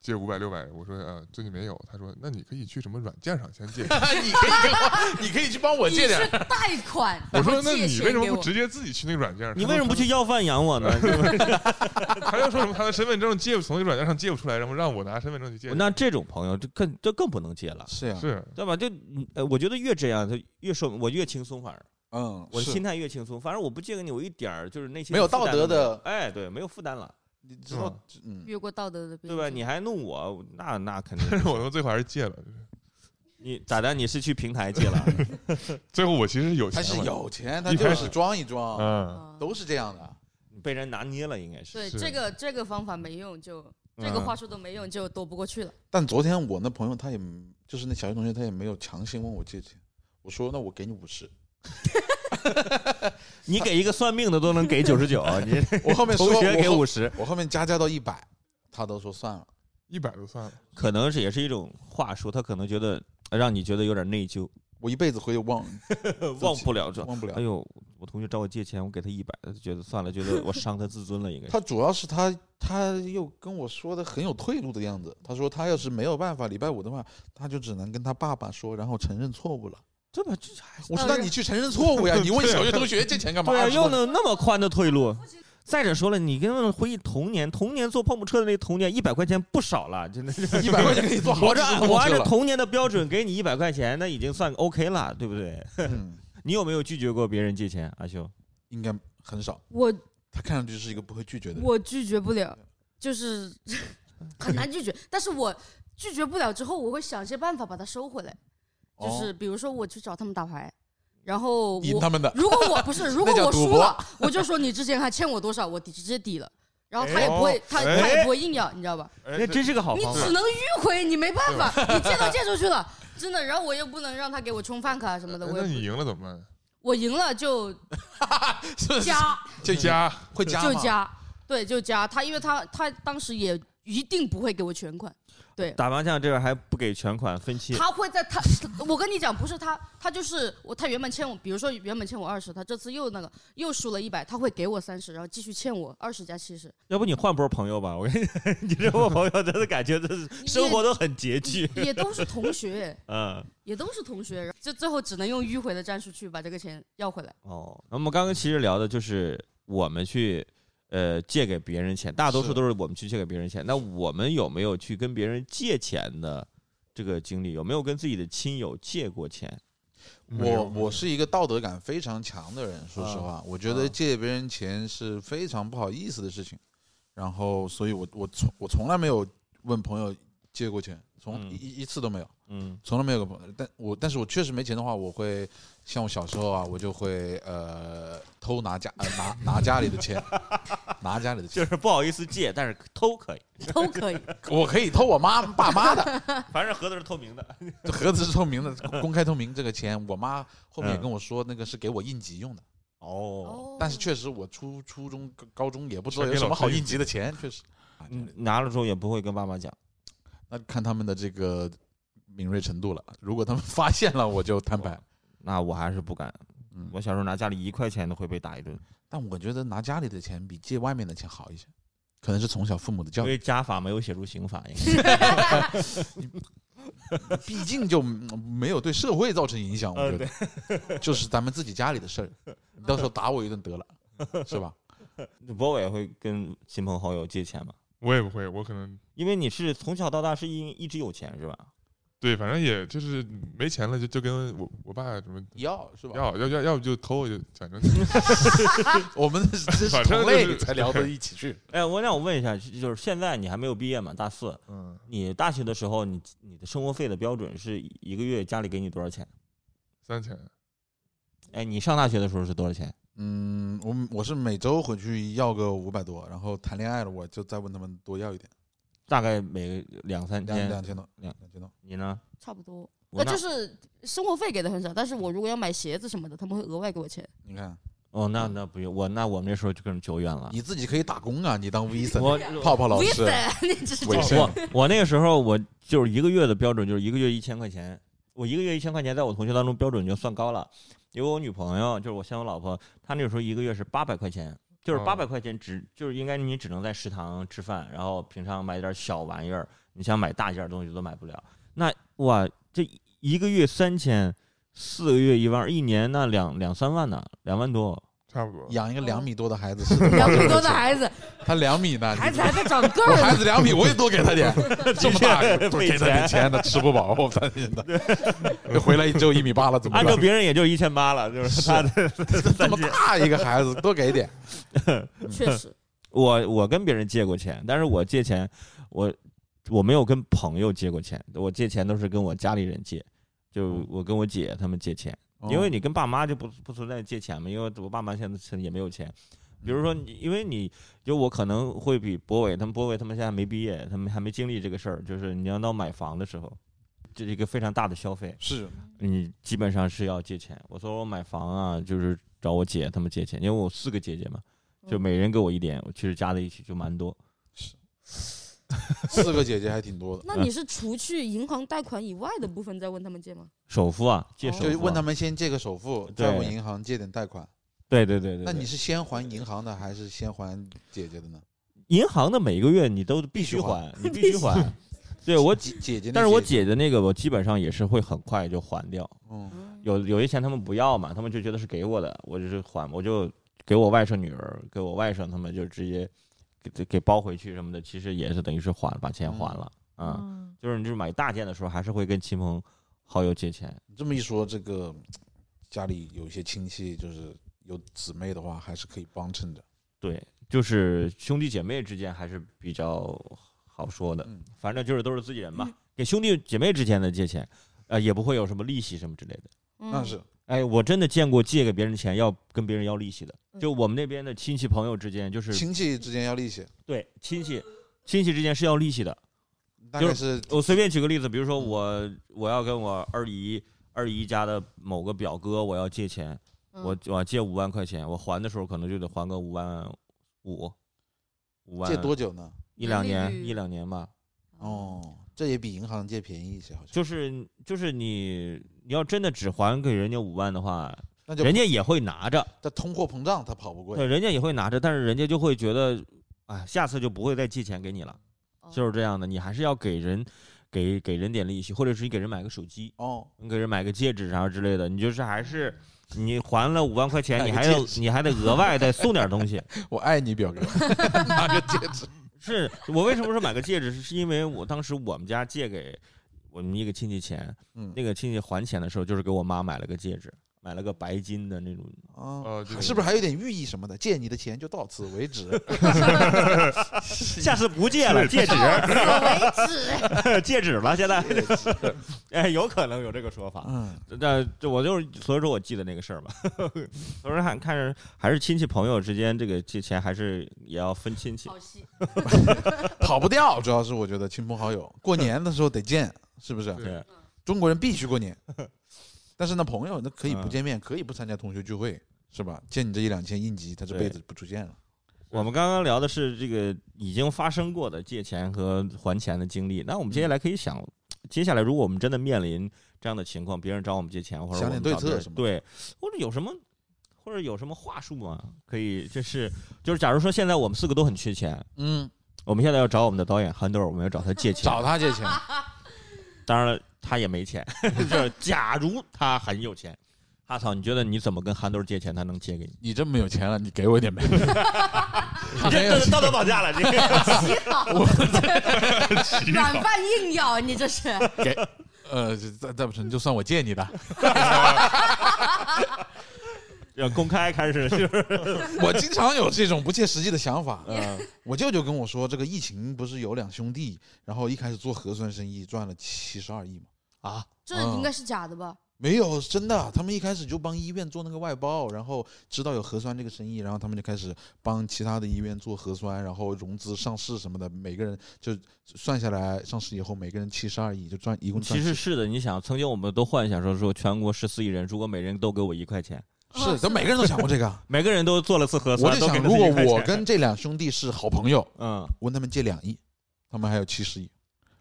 [SPEAKER 5] 借五百六百，我说呃最近没有，他说那你可以去什么软件上 先借，，
[SPEAKER 2] 你可以跟我， 你可以去帮我
[SPEAKER 4] 你
[SPEAKER 2] 借
[SPEAKER 4] 是
[SPEAKER 2] 点儿。
[SPEAKER 4] 贷款
[SPEAKER 5] 我说那
[SPEAKER 4] 借
[SPEAKER 5] 你
[SPEAKER 4] 钱
[SPEAKER 5] 为什么
[SPEAKER 4] 给
[SPEAKER 5] 不
[SPEAKER 4] 我
[SPEAKER 5] 直接自己去那个软件？
[SPEAKER 3] 你为什么不去？要饭养我 呢？，
[SPEAKER 5] 他又说什么他的身份证借不从那个软件上借不出来，然后让我拿身份证去借
[SPEAKER 2] 哦
[SPEAKER 3] 那这种朋友就更就更不能借了，
[SPEAKER 2] 是呀，啊
[SPEAKER 5] 是
[SPEAKER 3] 对吧？就你呃，我觉得越这样，就越说明我越轻松，反而
[SPEAKER 2] 嗯，
[SPEAKER 3] 我的
[SPEAKER 2] 是
[SPEAKER 3] 心态越轻松，反正我不借给你，我一点儿就是内心
[SPEAKER 2] 没有
[SPEAKER 3] 负担
[SPEAKER 2] 道德
[SPEAKER 3] 都没有
[SPEAKER 2] 的
[SPEAKER 3] 哎，对，没有负担了，
[SPEAKER 2] 你知道，嗯，
[SPEAKER 4] 越过道德的边
[SPEAKER 3] 对吧？
[SPEAKER 4] 界
[SPEAKER 3] 你啊还弄我，那那肯 定
[SPEAKER 5] 但是我他妈最后还是借了，
[SPEAKER 3] 你咋的？你是去平台借了？
[SPEAKER 5] 最后我其实是有
[SPEAKER 2] 他
[SPEAKER 5] 钱
[SPEAKER 2] 是
[SPEAKER 5] 了，
[SPEAKER 2] 有钱，他
[SPEAKER 5] 一
[SPEAKER 2] 就
[SPEAKER 5] 开
[SPEAKER 2] 是
[SPEAKER 5] 始
[SPEAKER 2] 装一装，
[SPEAKER 5] 嗯，
[SPEAKER 4] 啊
[SPEAKER 2] 都是这样的。
[SPEAKER 3] 你被人拿捏了，应该是。
[SPEAKER 4] 对
[SPEAKER 5] 是
[SPEAKER 4] 这个这个方法没用，就这个
[SPEAKER 3] 嗯
[SPEAKER 4] 话术都没用，就躲不过去了。
[SPEAKER 2] 但昨天我那朋友他也就是那小学同学，他也没有强行问我借钱。我说那我给你五十，
[SPEAKER 3] 你给一个算命的都能给九十九，你
[SPEAKER 2] 我后面说
[SPEAKER 3] 同学给
[SPEAKER 2] 我后
[SPEAKER 3] 五十，
[SPEAKER 2] 我后面加价到一百，他都说算了。
[SPEAKER 5] 一百就算了，
[SPEAKER 3] 可能是也是一种话术，他可能觉得让你觉得有点内疚，
[SPEAKER 2] 我一辈子会呃忘
[SPEAKER 3] 忘 不了这。
[SPEAKER 2] 忘不了
[SPEAKER 3] 哎。呦，我同学找我借钱，我给他一百，他觉得算了，觉得我伤他自尊了，应该是。
[SPEAKER 2] 他主要是他他又跟我说的很有退路的样子。他说他要是没有办法，礼拜五的话，他就只能跟他爸爸说，然后承认错误了。
[SPEAKER 3] 这不这还
[SPEAKER 2] 我说那你去承认错 误呀，你问小学同学借钱干嘛？
[SPEAKER 3] 对啊，
[SPEAKER 2] 是吧
[SPEAKER 3] 又能那么宽的退路。再者说了，你跟他们回忆童年，童年坐碰碰车的那童年，一百块钱不少了，真的是。
[SPEAKER 2] 一百块钱可以做 好
[SPEAKER 3] 我
[SPEAKER 2] 几
[SPEAKER 3] 这
[SPEAKER 2] 次
[SPEAKER 3] 按
[SPEAKER 2] 工
[SPEAKER 3] 我
[SPEAKER 2] 作
[SPEAKER 3] 按
[SPEAKER 2] 室
[SPEAKER 3] 照
[SPEAKER 2] 了。
[SPEAKER 3] 童年的标准给你一百块钱，那已经算 OK 了，对不对？
[SPEAKER 2] 嗯，
[SPEAKER 3] 你有没有拒绝过别人借钱，阿修？
[SPEAKER 2] 应该很少。
[SPEAKER 4] 我
[SPEAKER 2] 他看上去是一个不会拒绝的人。
[SPEAKER 4] 我拒绝不了，就是 很难拒绝。但是我拒绝不了之后，我会想些办法把它收回来。就是
[SPEAKER 2] 哦
[SPEAKER 4] 比如说我去找他们打牌，然后
[SPEAKER 2] 赢
[SPEAKER 4] 我
[SPEAKER 2] 他们的，
[SPEAKER 4] 如果我不是如果
[SPEAKER 2] 叫
[SPEAKER 4] 我
[SPEAKER 2] 赌
[SPEAKER 4] 输
[SPEAKER 2] 博
[SPEAKER 4] 了，我就说你之前还欠我多少，我抵直接抵了。然后他
[SPEAKER 5] 哎
[SPEAKER 4] 也不会，他
[SPEAKER 5] 哎
[SPEAKER 4] 他也不会硬要，你知道吧？
[SPEAKER 3] 那
[SPEAKER 5] 哎，
[SPEAKER 3] 真是个好
[SPEAKER 4] 你
[SPEAKER 3] 方法
[SPEAKER 4] 只。能迂回，你没办法，你借都借出去了，真的。然后我又不能让他给我充饭卡什么的，我
[SPEAKER 5] 呃那
[SPEAKER 4] 也
[SPEAKER 5] 你
[SPEAKER 4] 不
[SPEAKER 5] 赢了怎么办？
[SPEAKER 4] 我赢了就
[SPEAKER 2] 是
[SPEAKER 4] 加，
[SPEAKER 2] 就
[SPEAKER 5] 加
[SPEAKER 2] 会加
[SPEAKER 4] 就
[SPEAKER 2] 吗，
[SPEAKER 4] 加，对，就加。他因为他他当时也一定不会给我全款，对，
[SPEAKER 3] 打麻将这边还不给全款分期，
[SPEAKER 4] 他会在他，我跟你讲，不是他，他就是我，他原本欠我，比如说原本欠我二十，他这次又那个又输了一百，他会给我三十，然后继续欠我二十加七十。
[SPEAKER 3] 要不你换波朋友吧？我跟你， 讲，你这波朋友真的感觉这是生活都很拮据。
[SPEAKER 4] 也都是同学，
[SPEAKER 3] 嗯，
[SPEAKER 4] 也都是同学，就最后只能用迂回的战术去把这个钱要回来。
[SPEAKER 3] 哦，那么刚刚其实聊的就是我们去呃借给别人钱，大多数
[SPEAKER 2] 是
[SPEAKER 3] 都是我们去借给别人钱。那我们有没有去跟别人借钱的这个经历？有没有跟自己的亲友借过钱？
[SPEAKER 5] 没
[SPEAKER 2] 我
[SPEAKER 5] 有
[SPEAKER 2] 我是一个道德感非常强的人，说实话，我觉得
[SPEAKER 3] 啊
[SPEAKER 2] 借别人钱是非常不好意思的事情。然后，所以我我从我从来没有问朋友借过钱，从
[SPEAKER 3] 嗯
[SPEAKER 2] 一、一一次都没有，
[SPEAKER 3] 嗯，
[SPEAKER 2] 从来没有个朋友。但我但是我确实没钱的话，我会像我小时候啊，我就会呃偷拿家、呃、拿拿家里的钱， 拿家里的
[SPEAKER 3] 就
[SPEAKER 2] 钱，
[SPEAKER 3] 是不好意思借，但是偷可以，
[SPEAKER 4] 都可以，
[SPEAKER 2] 我可以偷我妈爸妈的，
[SPEAKER 3] 反正盒子是透明的。
[SPEAKER 2] 这盒子是透明的，公开透明。这个钱我妈后面也
[SPEAKER 3] 嗯
[SPEAKER 2] 跟我说，那个是给我应急用的。
[SPEAKER 3] 哦，
[SPEAKER 2] 但是确实，我初初中、高高中也不知道
[SPEAKER 5] 全
[SPEAKER 2] 有
[SPEAKER 5] 给
[SPEAKER 2] 什么
[SPEAKER 5] 老师
[SPEAKER 2] 好
[SPEAKER 5] 用
[SPEAKER 2] 应急的钱，确实。啊
[SPEAKER 3] 嗯拿了之后也不会跟爸妈讲。
[SPEAKER 2] 那看他们的这个敏锐程度了。如果他们 发现了，我就摊牌。
[SPEAKER 3] 那我还是不敢。
[SPEAKER 2] 嗯
[SPEAKER 3] 我小时候拿家里一块钱都会被打一顿，
[SPEAKER 2] 但我觉得拿家里的钱比借外面的钱好一些，可能是从小父母的
[SPEAKER 3] 因
[SPEAKER 2] 教育，
[SPEAKER 3] 为家法没有写入刑法，应该
[SPEAKER 2] 毕竟就嗯没有对社会造成影响。我觉
[SPEAKER 3] 嗯
[SPEAKER 2] 得就是咱们自己家里的事 儿，你到时候打我一顿得了，是吧？
[SPEAKER 3] 博伟会跟亲朋好友借钱吗？
[SPEAKER 5] 我也不会，我可能
[SPEAKER 3] 因为你是从小到大是一一直有钱是吧？
[SPEAKER 5] 对，反正也就是没钱了，就就跟我我爸什么
[SPEAKER 2] 要是吧？
[SPEAKER 5] 要要要要不就偷我就，反正
[SPEAKER 2] 我们 这是
[SPEAKER 5] 反正
[SPEAKER 2] 同类
[SPEAKER 5] 就是
[SPEAKER 2] 才聊到一起去。
[SPEAKER 3] 哎，我那我问一下，就是现在你还没有毕业嘛？大四，
[SPEAKER 5] 嗯，
[SPEAKER 3] 你大学的时候，你你的生活费的标准是一个月家里给你多少钱？
[SPEAKER 5] 三千，
[SPEAKER 3] 哎，你上大学的时候是多少钱？
[SPEAKER 2] 嗯，我们我是每周回去要个五百多，然后谈恋爱了我就再问他们多要一点，
[SPEAKER 3] 大概每两三
[SPEAKER 2] 两两
[SPEAKER 3] 天。
[SPEAKER 2] 千多，
[SPEAKER 3] 两
[SPEAKER 2] 两千多。
[SPEAKER 3] 你呢？
[SPEAKER 4] 差不多。
[SPEAKER 3] 我
[SPEAKER 4] 那呃就是生活费给的很少，但是我如果要买鞋子什么的，他们会额外给我钱。
[SPEAKER 2] 你看，
[SPEAKER 3] 哦，那那不用我，那我们那时候就更久远了。
[SPEAKER 2] 你自己可以打工啊，你当 Vison
[SPEAKER 3] 我
[SPEAKER 2] 泡泡老
[SPEAKER 4] 不
[SPEAKER 2] 师
[SPEAKER 4] 是， 你这是
[SPEAKER 2] 伪
[SPEAKER 4] 真
[SPEAKER 2] 善
[SPEAKER 4] 的
[SPEAKER 3] 我我那个时候我就是一个月的标准就是一个月一千块钱，我一个月一千块钱在我同学当中标准就算高了。因为我女朋友就是我现在我老婆，她那时候一个月是八百块钱，就是
[SPEAKER 5] 哦
[SPEAKER 3] 八百块钱只就是应该你只能在食堂吃饭，然后平常买点小玩意儿，你想买大件儿东西都买不了。那哇，这一个月三千，四个月一万二，一年那两两三万呢，两万多。
[SPEAKER 5] 差不多。
[SPEAKER 2] 养一个两米多的 孩子是
[SPEAKER 4] 两米多的孩子，
[SPEAKER 2] 他两米呢，
[SPEAKER 4] 孩
[SPEAKER 2] 你
[SPEAKER 4] 子还在长个
[SPEAKER 2] 我
[SPEAKER 4] 儿
[SPEAKER 2] 孩
[SPEAKER 4] 呢。
[SPEAKER 2] 子两 米，我也多给他 点，这么大
[SPEAKER 3] 费
[SPEAKER 2] 多给他点钱，他吃不饱，我担心他。回来只有一米八了，怎么
[SPEAKER 3] 按照
[SPEAKER 2] 办？
[SPEAKER 3] 别人也就一千八了，就是她的
[SPEAKER 2] 这么大一个孩子，多给点。
[SPEAKER 4] 确 实，
[SPEAKER 3] 我我跟别人借过钱，但是我借钱，我我没有跟朋友借过钱，我借钱都是跟我家里人借，就我跟我姐他们借钱，
[SPEAKER 2] 哦
[SPEAKER 3] 因为你跟爸妈就不不存在借钱嘛，因为我爸妈现在现在也没有钱。比如说你，因为你就我可能会比博伟他们，博伟他们现在还没毕业，他们还没经历这个事儿，就是你要到买房的时候，这是一个非常大的消费。
[SPEAKER 2] 是
[SPEAKER 3] 你基本上是要借钱。我说我买房啊，就是找我姐他们借钱，因为我四个姐姐嘛，就
[SPEAKER 2] 嗯
[SPEAKER 3] 每人给我一点，我其实加在一起就蛮多。
[SPEAKER 2] 四个姐姐还挺多的，
[SPEAKER 4] 那你是除去银行贷款以外的部分再问他们借吗？
[SPEAKER 3] 首付啊，借首付、
[SPEAKER 2] 哦就问他，们先借个首付，
[SPEAKER 3] 对
[SPEAKER 2] 再问银行借点贷款。
[SPEAKER 3] 对对对对。
[SPEAKER 2] 那
[SPEAKER 3] 对
[SPEAKER 2] 你是先还银行的，还是先还姐姐的呢？
[SPEAKER 3] 银行的每个月你都必须还， 你必须还。对我，
[SPEAKER 2] 姐姐 姐那些，
[SPEAKER 3] 但是我姐姐那个我基本上也是会很快就还掉。
[SPEAKER 2] 嗯，
[SPEAKER 3] 有有些钱他们不要嘛，他们就觉得是给我的，我就是还，我就给我外甥女儿，给我外甥他们就直接给给包回去什么的，其实也是等于是还把钱还了啊。
[SPEAKER 4] 嗯，
[SPEAKER 3] 就是你就是买大件的时候，还是会跟亲朋好友借钱。
[SPEAKER 2] 这么一说，这个家里有一些亲戚就是有姊妹的话，还是可以帮衬着。
[SPEAKER 3] 对，就是兄弟姐妹之间还是比较好说的，
[SPEAKER 2] 嗯
[SPEAKER 3] 反正就是都是自己人吧。给兄弟姐妹之间的借钱，呃，也不会有什么利息什么之类的。
[SPEAKER 4] 嗯
[SPEAKER 2] 那是
[SPEAKER 3] 哎，我真的见过借给别人钱要跟别人要利息的，
[SPEAKER 4] 嗯
[SPEAKER 3] 就我们那边的亲戚朋友之间，就是
[SPEAKER 2] 亲戚之间要利息，
[SPEAKER 3] 对亲戚亲戚之间是要利息的。
[SPEAKER 2] 大
[SPEAKER 3] 就
[SPEAKER 2] 概是
[SPEAKER 3] 我随便举个例子，比如说我
[SPEAKER 2] 嗯
[SPEAKER 3] 我要跟我二姨二姨家的某个表哥我要借钱，
[SPEAKER 4] 嗯
[SPEAKER 3] 我我借五万块钱，我还的时候可能就得还个五万五，五万
[SPEAKER 2] 借多久呢？
[SPEAKER 3] 一两
[SPEAKER 4] 利
[SPEAKER 3] 年
[SPEAKER 4] 率
[SPEAKER 3] 一两年吧。
[SPEAKER 2] 哦，这也比银行借便宜一些，好像。
[SPEAKER 3] 就是就是你你要真的只还给人家五万的话，
[SPEAKER 2] 那就
[SPEAKER 3] 人家也会拿着，
[SPEAKER 2] 这通货膨胀，它跑不过
[SPEAKER 3] 对，。人家也会拿着，但是人家就会觉得，哎，下次就不会再借钱给你了，
[SPEAKER 2] 哦
[SPEAKER 4] 哦
[SPEAKER 3] 就是这样的。你还是要给人给给人点利息，或者是你给人买个手机，
[SPEAKER 2] 哦，
[SPEAKER 3] 你给人买个戒指啥之类的，你就是还是。
[SPEAKER 4] 嗯
[SPEAKER 3] 你还了五万块钱，
[SPEAKER 2] 买
[SPEAKER 3] 你
[SPEAKER 2] 个
[SPEAKER 3] 还要
[SPEAKER 2] 戒指
[SPEAKER 3] 你还得额外再送点东西，
[SPEAKER 2] 我爱你 表哥，拿个戒 指。
[SPEAKER 3] 是我为什么说买个戒指，是是因为我当时我们家借给我们一个亲戚钱，
[SPEAKER 2] 嗯
[SPEAKER 3] 那个亲戚还钱的时候，就是给我妈买了个戒指，买了个白金的那种。
[SPEAKER 2] 啊，
[SPEAKER 5] 呃，就是
[SPEAKER 2] 不是还有点寓意什么的？借你的钱就到此为止。
[SPEAKER 3] 下次不借了，戒指，
[SPEAKER 4] 到此为止。
[SPEAKER 3] 戒指了。现在，哎，有可能有这个说法。
[SPEAKER 2] 嗯，
[SPEAKER 3] 那这我就是，所以说我记得那个事儿嘛。 所以说还看着还是亲戚朋友之间，这个借钱还是也要分亲戚。
[SPEAKER 4] 好戏，
[SPEAKER 2] 跑不掉，主要是我觉得亲朋好友过年的时候得见，是不是？
[SPEAKER 5] 对
[SPEAKER 3] 对，
[SPEAKER 2] 中国人必须过 年。但是呢，朋友那可以不见面，可以不参加同学聚会，是吧？见你这一两天应急，他这辈子不出现了。
[SPEAKER 3] 我们刚刚聊的是这个已经发生过的借钱和还钱的经历。那我们
[SPEAKER 2] 嗯
[SPEAKER 3] 接下来可以想，接下来如果我们真的面临这样的情况，别人找我们借钱，或者
[SPEAKER 2] 想
[SPEAKER 3] 我
[SPEAKER 2] 点
[SPEAKER 3] 们
[SPEAKER 2] 对
[SPEAKER 3] 找别人
[SPEAKER 2] 策是吗
[SPEAKER 3] 对，或者有什么，或者有什么话术吗？可以，就是就是，假如说现在我们四个都很缺钱，
[SPEAKER 2] 嗯，
[SPEAKER 3] 我们现在要找我们的导演憨豆儿，我们要找他借钱。
[SPEAKER 2] 找他借钱，
[SPEAKER 3] 当然了，他也没钱。 就是假如他很有钱，哈操，你觉得你怎么跟憨豆儿借钱，他能借给你？
[SPEAKER 2] 你这么有钱了，你给我一点 呗。他没有
[SPEAKER 3] 这
[SPEAKER 2] 钱
[SPEAKER 3] 是道德绑架了，这 个。
[SPEAKER 4] 起好，软饭硬要，你这是。
[SPEAKER 2] 呃，就再再不成就算我借你的，
[SPEAKER 3] 要公开开始就是
[SPEAKER 2] 我经常有这种不切实际的想法。我舅舅跟我说，这个疫情不是有两兄弟，然后一开始做核酸生意赚了七十二亿嘛？啊，
[SPEAKER 4] 这应该是假的吧？
[SPEAKER 2] 没有，真的，他们一开始就帮医院做那个外包，然后知道有核酸这个生意，然后他们就开始帮其他的医院做核酸，然后融资上市什么的，每个人就算下来上市以后，每个人七十二亿，就赚一共赚
[SPEAKER 3] 其
[SPEAKER 2] 70。
[SPEAKER 3] 实是的，你想，曾经我们都幻想说说全国十四亿人，如果每人都给我一块钱，
[SPEAKER 2] 嗯是，
[SPEAKER 4] 啊
[SPEAKER 2] 咱每个人都想过 这个。
[SPEAKER 3] 每个人都做了次核
[SPEAKER 2] 我
[SPEAKER 3] 酸，
[SPEAKER 2] 就
[SPEAKER 3] 都
[SPEAKER 2] 想，
[SPEAKER 3] 给了
[SPEAKER 2] 如
[SPEAKER 3] 自己
[SPEAKER 2] 果
[SPEAKER 3] 一块
[SPEAKER 2] 我
[SPEAKER 3] 钱
[SPEAKER 2] 跟这两兄弟是好朋友，
[SPEAKER 3] 嗯
[SPEAKER 2] 问他们借两亿，他们还有七十亿，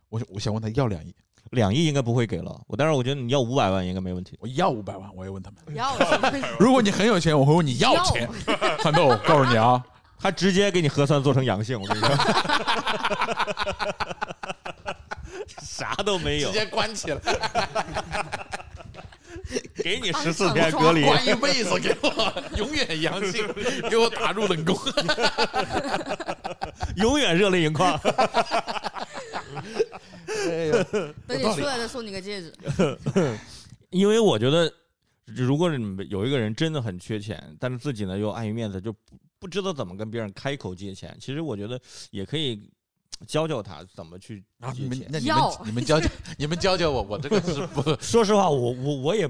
[SPEAKER 2] 我想我想问他要两亿，
[SPEAKER 3] 两亿应该不会给了，我但是我觉得你要五百万应该没问题。
[SPEAKER 2] 我要五百万，我也问他们。
[SPEAKER 4] 不要了
[SPEAKER 2] 如果你很有钱，我会问你要
[SPEAKER 4] 要
[SPEAKER 2] 钱。 憨豆，我告诉你啊，
[SPEAKER 3] 他直接给你核酸做成阳性，我跟 你说，啥都没有，
[SPEAKER 2] 接关起来，
[SPEAKER 3] 给你
[SPEAKER 4] 当
[SPEAKER 3] 十
[SPEAKER 4] 场
[SPEAKER 3] 四天隔离，
[SPEAKER 2] 一辈子给我，永远阳性，给我打入冷宫。
[SPEAKER 3] 永远热泪盈眶。
[SPEAKER 2] 哎呀，
[SPEAKER 4] 等你
[SPEAKER 2] 啊
[SPEAKER 4] 出来再送你个戒指。
[SPEAKER 3] 因为我觉得，如果你们有一个人真的很缺钱，但是自己呢又碍于面子，就不不知道怎么跟别人开口借钱，其实我觉得也可以教教他怎么去
[SPEAKER 2] 啊你
[SPEAKER 3] 借
[SPEAKER 2] 们
[SPEAKER 3] 钱。
[SPEAKER 2] 那你们
[SPEAKER 4] 要
[SPEAKER 2] 你们教 教你们教教我，我这个是不
[SPEAKER 3] 说实话，我我我也，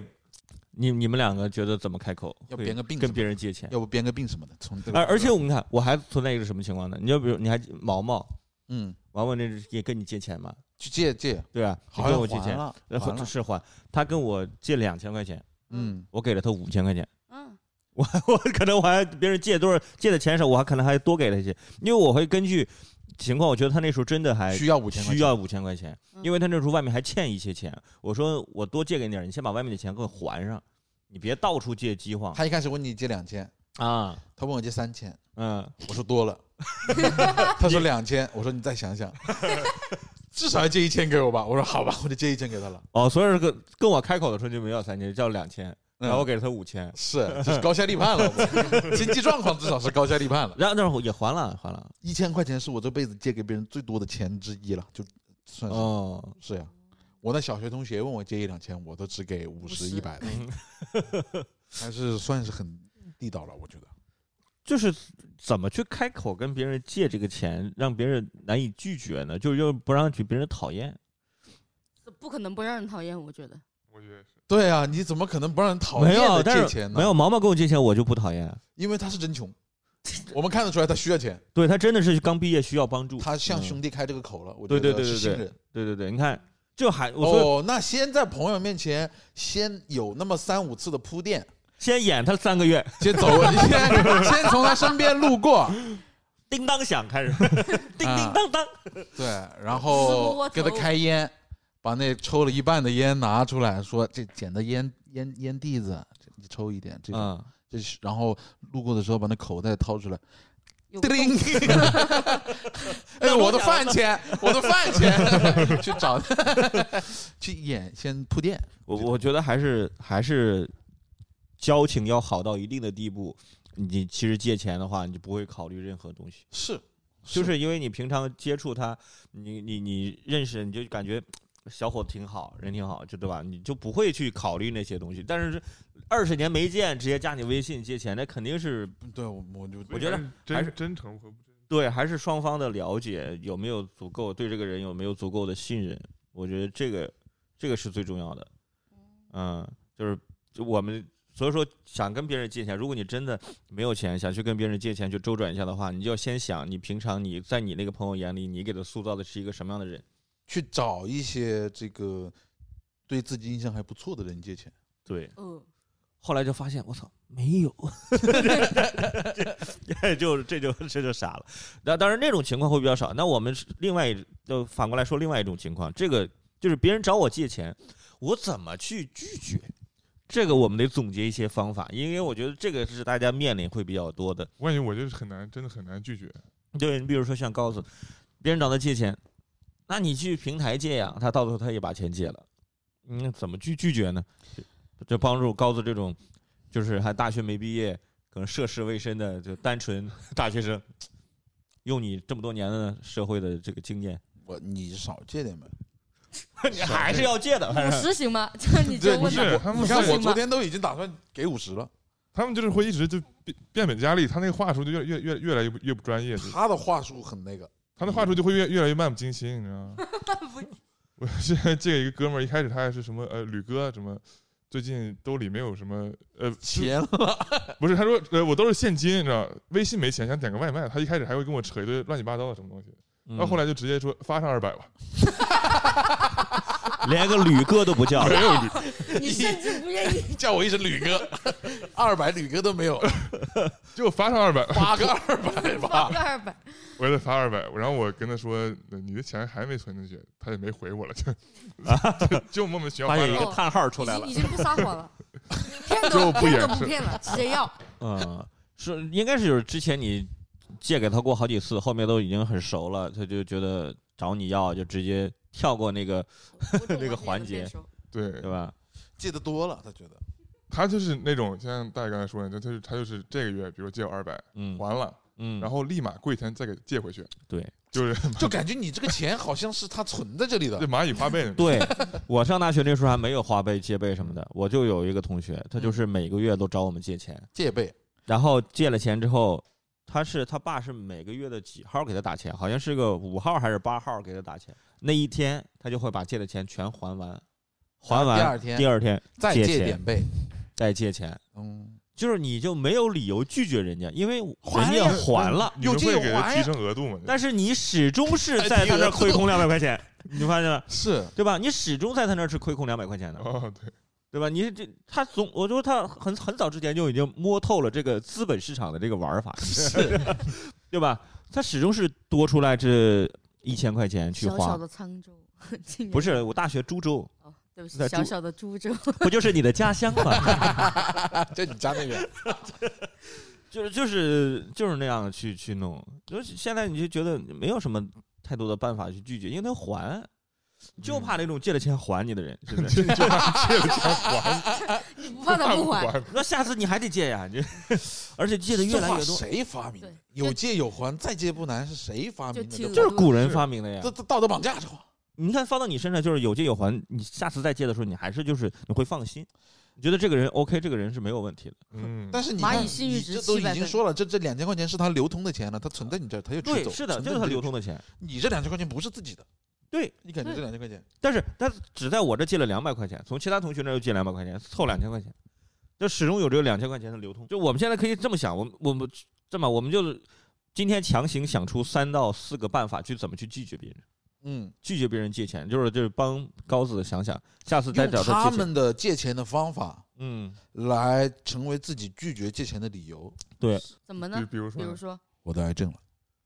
[SPEAKER 3] 你你们两个觉得怎么开口？
[SPEAKER 2] 要
[SPEAKER 3] 会
[SPEAKER 2] 编个病
[SPEAKER 3] 跟
[SPEAKER 2] 什么
[SPEAKER 3] 别人借钱。
[SPEAKER 2] 要不编个病什么的，从这个
[SPEAKER 3] 而而且我们看，我还存在一个什么情况呢？你就比如你还毛毛，
[SPEAKER 2] 嗯，
[SPEAKER 3] 毛毛那是也跟你借钱嘛，
[SPEAKER 2] 去借借，
[SPEAKER 3] 对吧？你
[SPEAKER 2] 好啊
[SPEAKER 3] 跟
[SPEAKER 2] 像
[SPEAKER 3] 我借
[SPEAKER 2] 还
[SPEAKER 3] 钱，
[SPEAKER 2] 了，
[SPEAKER 3] 然
[SPEAKER 2] 还
[SPEAKER 3] 后
[SPEAKER 2] 了，
[SPEAKER 3] 是还他跟我借两千块钱，
[SPEAKER 2] 嗯，
[SPEAKER 3] 我给了他五千块钱。
[SPEAKER 4] 嗯，
[SPEAKER 3] 我 我可能我还别人借多少借的钱少，我还可能还多给他一些，因为我会根据情况，我觉得他那时候真的还
[SPEAKER 2] 需要五千块
[SPEAKER 3] 哎需
[SPEAKER 2] 钱，
[SPEAKER 3] 要五千块钱，因为他那时候外面还欠一些钱，我说我多借给你点儿，你先把外面的钱给我还上，你别到处借饥荒
[SPEAKER 2] 他一开始问你借两千，
[SPEAKER 3] 啊，
[SPEAKER 2] 他问我借三千，
[SPEAKER 3] 嗯，
[SPEAKER 2] 我说多了，他说两千，我说你再想 想，至少要借一千给我吧。我说好吧，我就借一千给他了。
[SPEAKER 3] 哦，所以说跟跟我开口的时候就没要三千，叫两千，
[SPEAKER 2] 嗯
[SPEAKER 3] 然后我给了他五千，
[SPEAKER 2] 是，这是高下立 判了，我经济状况至少是高下立判了。
[SPEAKER 3] 然后那会儿也还了还了，
[SPEAKER 2] 一千块钱是我这辈子借给别人最多的钱之一了，就算是、
[SPEAKER 3] 哦，
[SPEAKER 2] 是呀。我那小学同学问我借一两千，我都只给五十、
[SPEAKER 4] 50
[SPEAKER 2] 一百的，
[SPEAKER 3] 嗯
[SPEAKER 2] 还是算是很地道了，我觉得。
[SPEAKER 3] 就是怎么去开口跟别人借这个钱，让别人难以拒绝呢？就是又不让去别人讨厌。
[SPEAKER 4] 这不可能不让人讨厌，我觉得。
[SPEAKER 5] 我觉得是，
[SPEAKER 2] 对啊，你怎么可能不让人讨
[SPEAKER 3] 没
[SPEAKER 2] 厌
[SPEAKER 3] 有，
[SPEAKER 2] 的
[SPEAKER 3] 但
[SPEAKER 2] 借
[SPEAKER 3] 是
[SPEAKER 2] 钱呢？
[SPEAKER 3] 没有，毛毛跟我借钱，我就不讨厌。
[SPEAKER 2] 因为他是真穷，我们看得出来他需要钱，
[SPEAKER 3] 对他真的是刚毕业需要帮助。
[SPEAKER 2] 他向
[SPEAKER 3] 嗯
[SPEAKER 2] 兄弟开这个口了，我
[SPEAKER 3] 对
[SPEAKER 2] 觉
[SPEAKER 3] 对
[SPEAKER 2] 得
[SPEAKER 3] 对
[SPEAKER 2] 是
[SPEAKER 3] 对
[SPEAKER 2] 信
[SPEAKER 3] 对
[SPEAKER 2] 任。
[SPEAKER 3] 对对对，你看，就还我说
[SPEAKER 2] 哦，那先在朋友面前先有那么三五次的铺垫，
[SPEAKER 3] 先演他三个月，
[SPEAKER 2] 先走，先 先从他身边路 过，
[SPEAKER 3] 叮当响开始， 叮
[SPEAKER 2] 啊
[SPEAKER 3] 叮当当。
[SPEAKER 2] 对，然
[SPEAKER 4] 自摸摸
[SPEAKER 2] 后
[SPEAKER 4] 头
[SPEAKER 2] 给他开烟，把那抽了一半的烟拿出来，说这捡的烟烟烟蒂子，你抽一点，这种，
[SPEAKER 3] 嗯，
[SPEAKER 2] 这是然后路过的时候把那口袋掏出来，
[SPEAKER 4] 有
[SPEAKER 2] 叮铃， 哎，我的饭钱，我的饭钱， 去找，去演先铺垫，
[SPEAKER 3] 我我觉得还是还是交情要好到一定的地步，你其实借钱的话，你就不会考虑任何东西。
[SPEAKER 2] 是，
[SPEAKER 3] 就是因为你平常接触他，你你你认识，你就感觉小伙子挺好，人挺好，就对吧？你就不会去考虑那些东西。但是二十年没见，直接加你微信借钱，那肯定是
[SPEAKER 2] 对我我就
[SPEAKER 3] 我觉得还是
[SPEAKER 5] 真真诚和不真诚。
[SPEAKER 3] 对，还是双方的了解有没有足够，对这个人有没有足够的信任？我觉得这个这个是最重要的。嗯，就是就我们所以说想跟别人借钱，如果你真的没有钱，想去跟别人借钱去周转一下的话，你就要先想你平常你在你那个朋友眼里，你给他塑造的是一个什么样的人？
[SPEAKER 2] 去找一些这个对自己印象还不错的人借钱，
[SPEAKER 3] 对，
[SPEAKER 4] 嗯，
[SPEAKER 3] 后来就发现我操没有，这 就这就这就傻了。那当然那种情况会比较少。那我们是另外一就反过来说另外一种情况，这个就是别人找我借钱，我怎么去拒绝？这个我们得总结一些方法，因为我觉得这个是大家面临会比较多的。
[SPEAKER 5] 我感觉我就是很难，真的很难拒绝。
[SPEAKER 3] 对你比如说像高子，别人找他借钱，那你去平台借呀，他到头他也把钱借了，你、怎么去拒绝呢？就帮助高子这种，就是还大学没毕业，可能涉世未深的就单纯大学生，用你这么多年的社会的这个经验，
[SPEAKER 2] 我你少借点呗。
[SPEAKER 3] 你还是要借 的，反
[SPEAKER 4] 五
[SPEAKER 3] 正
[SPEAKER 4] 十行吗？就是你就
[SPEAKER 2] 对，不
[SPEAKER 4] 问他，
[SPEAKER 5] 是他们
[SPEAKER 2] 你
[SPEAKER 5] 是
[SPEAKER 2] 看我
[SPEAKER 4] 行
[SPEAKER 2] 昨
[SPEAKER 4] 吧
[SPEAKER 2] 天都已经打算给五十了，
[SPEAKER 5] 他们就是会一直就变变本加厉，他那个话术就越越越越来越不越不专业，就
[SPEAKER 2] 他的话术很那个，
[SPEAKER 5] 他那话术就会越越来越漫不经心，你知道吗？我 现在借一个哥们儿，一开始他还是什么呃吕哥什么，最近兜里没有什么呃
[SPEAKER 2] 钱了
[SPEAKER 5] 不是，他说呃我都是现金，你知道，微信没钱想点个外卖，他一开始还会跟我扯一堆乱七八糟的什么东西，然后后来就直接说发上二百吧，
[SPEAKER 3] 连个吕哥都不叫，
[SPEAKER 5] 没有吕，
[SPEAKER 4] 你甚至不 愿意。
[SPEAKER 2] 叫我一声吕哥， 二百吕哥都没有，
[SPEAKER 5] 就发上二百，
[SPEAKER 2] 八个二百
[SPEAKER 4] 发
[SPEAKER 2] 吧
[SPEAKER 4] 个。二百，
[SPEAKER 5] 我给他发二百，然后我跟他说呃你的钱还没存进去，他也没回我了，就就就莫名其妙
[SPEAKER 3] 发
[SPEAKER 5] 发
[SPEAKER 3] 现
[SPEAKER 5] 了
[SPEAKER 3] 一
[SPEAKER 5] 个
[SPEAKER 3] 个叹号 出
[SPEAKER 4] 已
[SPEAKER 3] 来
[SPEAKER 4] 经
[SPEAKER 3] 了
[SPEAKER 4] 已。经不撒谎了， 骗
[SPEAKER 5] 就
[SPEAKER 4] 都
[SPEAKER 5] 不
[SPEAKER 4] 骗
[SPEAKER 5] 掩
[SPEAKER 4] 都
[SPEAKER 5] 饰
[SPEAKER 4] 不骗了，直接要。
[SPEAKER 3] 嗯，是应该是就是之前你借给他过好几次，后面都已经很熟了，他就觉得找你要就直接跳过那个，这个环节
[SPEAKER 5] 对
[SPEAKER 3] 对，吧？
[SPEAKER 2] 借的多了，他觉得
[SPEAKER 5] 他就是那种像大爷刚才说的，就他就是他就是这个月，比如借我二百
[SPEAKER 3] 嗯
[SPEAKER 5] 还了，
[SPEAKER 3] 嗯，
[SPEAKER 5] 然后立马过一天再给借回去，
[SPEAKER 3] 对
[SPEAKER 5] 就是
[SPEAKER 2] 就感觉你这个钱好像是他存在这里
[SPEAKER 5] 这
[SPEAKER 2] 的，
[SPEAKER 5] 蚂蚁花呗，
[SPEAKER 3] 对，我上大学那时候还没有花呗、借呗什么的，我就有一个同学，他就是每个月都找我们借钱，
[SPEAKER 2] 借呗。
[SPEAKER 3] 然后借了钱之后，他是他爸是每个月的几号给他打钱，好像是个五号还是八号给他打钱，那一天他就会把借的钱全还完，还完
[SPEAKER 2] 第二天
[SPEAKER 3] 第二天
[SPEAKER 2] 再
[SPEAKER 3] 借
[SPEAKER 2] 借
[SPEAKER 3] 钱
[SPEAKER 2] 点呗。
[SPEAKER 3] 再借钱，
[SPEAKER 2] 嗯，
[SPEAKER 3] 就是你就没有理由拒绝人家，因为人
[SPEAKER 2] 还
[SPEAKER 3] 家
[SPEAKER 2] 呀
[SPEAKER 3] 还了，
[SPEAKER 5] 你们会
[SPEAKER 2] 有借
[SPEAKER 5] 给他
[SPEAKER 2] 有还
[SPEAKER 5] 提升额度吗？
[SPEAKER 3] 但是你始终是在他那儿亏空两百块钱，你发现了
[SPEAKER 2] 是
[SPEAKER 3] 对吧？你始终在他那儿是亏空两百块钱的，
[SPEAKER 5] 哦，对，
[SPEAKER 3] 对吧？你这他总，我就说他很很早之前就已经摸透了这个资本市场的这个玩法，
[SPEAKER 2] 是，
[SPEAKER 3] 对吧？他始终是多出来这一千块钱去
[SPEAKER 4] 小
[SPEAKER 3] 花
[SPEAKER 4] 小，的沧 州，竟然
[SPEAKER 3] 不是我大学株洲，
[SPEAKER 4] 哦，对不起
[SPEAKER 3] 在，
[SPEAKER 4] 小
[SPEAKER 3] 株
[SPEAKER 4] 小的 株洲，
[SPEAKER 3] 不就是你的家乡吗？
[SPEAKER 2] 在你家那边，
[SPEAKER 3] 就是就是就是那样去去弄，就是现在你就觉得没有什么太多的办法去拒绝，因为他还，就怕那种借了钱还你的人，是不 是？
[SPEAKER 5] 就就怕借了钱还，
[SPEAKER 4] 你不怕他不还？
[SPEAKER 5] 还，
[SPEAKER 3] 那下次你还得借呀，你而且借的越
[SPEAKER 2] 这
[SPEAKER 3] 来
[SPEAKER 2] 话
[SPEAKER 3] 越多，
[SPEAKER 2] 谁发明的
[SPEAKER 4] 对？
[SPEAKER 2] 有借有还，再借不难是谁发明的？
[SPEAKER 4] 就提
[SPEAKER 2] 这
[SPEAKER 3] 就
[SPEAKER 4] 了
[SPEAKER 3] 是古人
[SPEAKER 5] 是
[SPEAKER 3] 发明的呀
[SPEAKER 2] 这。这道德绑架这话，
[SPEAKER 3] 你看放到你身上就是有借有还，你下次再借的时候，你还是就是你会放心，你觉得这个人 OK，这个人是没有问题的。
[SPEAKER 5] 嗯，
[SPEAKER 2] 但是你
[SPEAKER 4] 蚂
[SPEAKER 2] 看，
[SPEAKER 4] 蚁信誉
[SPEAKER 2] 你
[SPEAKER 4] 值
[SPEAKER 2] 这都已
[SPEAKER 4] 700
[SPEAKER 2] 经
[SPEAKER 4] 分
[SPEAKER 2] 说了，这这两千块钱是他流通的钱了，他存在你这儿，他就取
[SPEAKER 3] 对
[SPEAKER 2] 走。，
[SPEAKER 3] 是的，
[SPEAKER 2] 存
[SPEAKER 3] 就
[SPEAKER 2] 在
[SPEAKER 3] 是他
[SPEAKER 2] 你这
[SPEAKER 3] 流
[SPEAKER 2] 里
[SPEAKER 3] 通的钱。
[SPEAKER 2] 你这两千块钱不是自己的，
[SPEAKER 3] 对，
[SPEAKER 2] 你感觉
[SPEAKER 4] 对
[SPEAKER 2] 这两千块钱
[SPEAKER 3] 但是他只在我这借了两百块钱，从其他同学那儿又借两百块钱，凑两千块钱，就始终有这个两千块钱的流通。就我们现在可以这么想，我们我们这么，我们就是今天强行想出三到四个办法去怎么去拒绝别人，
[SPEAKER 2] 嗯，
[SPEAKER 3] 拒绝别人借钱，就是就是帮高子想想，下次再
[SPEAKER 2] 用
[SPEAKER 3] 找
[SPEAKER 2] 他
[SPEAKER 3] 借钱。
[SPEAKER 2] 们的借钱的方法
[SPEAKER 3] 嗯，
[SPEAKER 2] 来成为自己拒绝借钱的理由。
[SPEAKER 3] 对，
[SPEAKER 4] 怎么
[SPEAKER 5] 就
[SPEAKER 4] 呢？
[SPEAKER 5] 比如说
[SPEAKER 4] 比
[SPEAKER 5] 呢
[SPEAKER 4] 如，说，
[SPEAKER 2] 我得癌症了，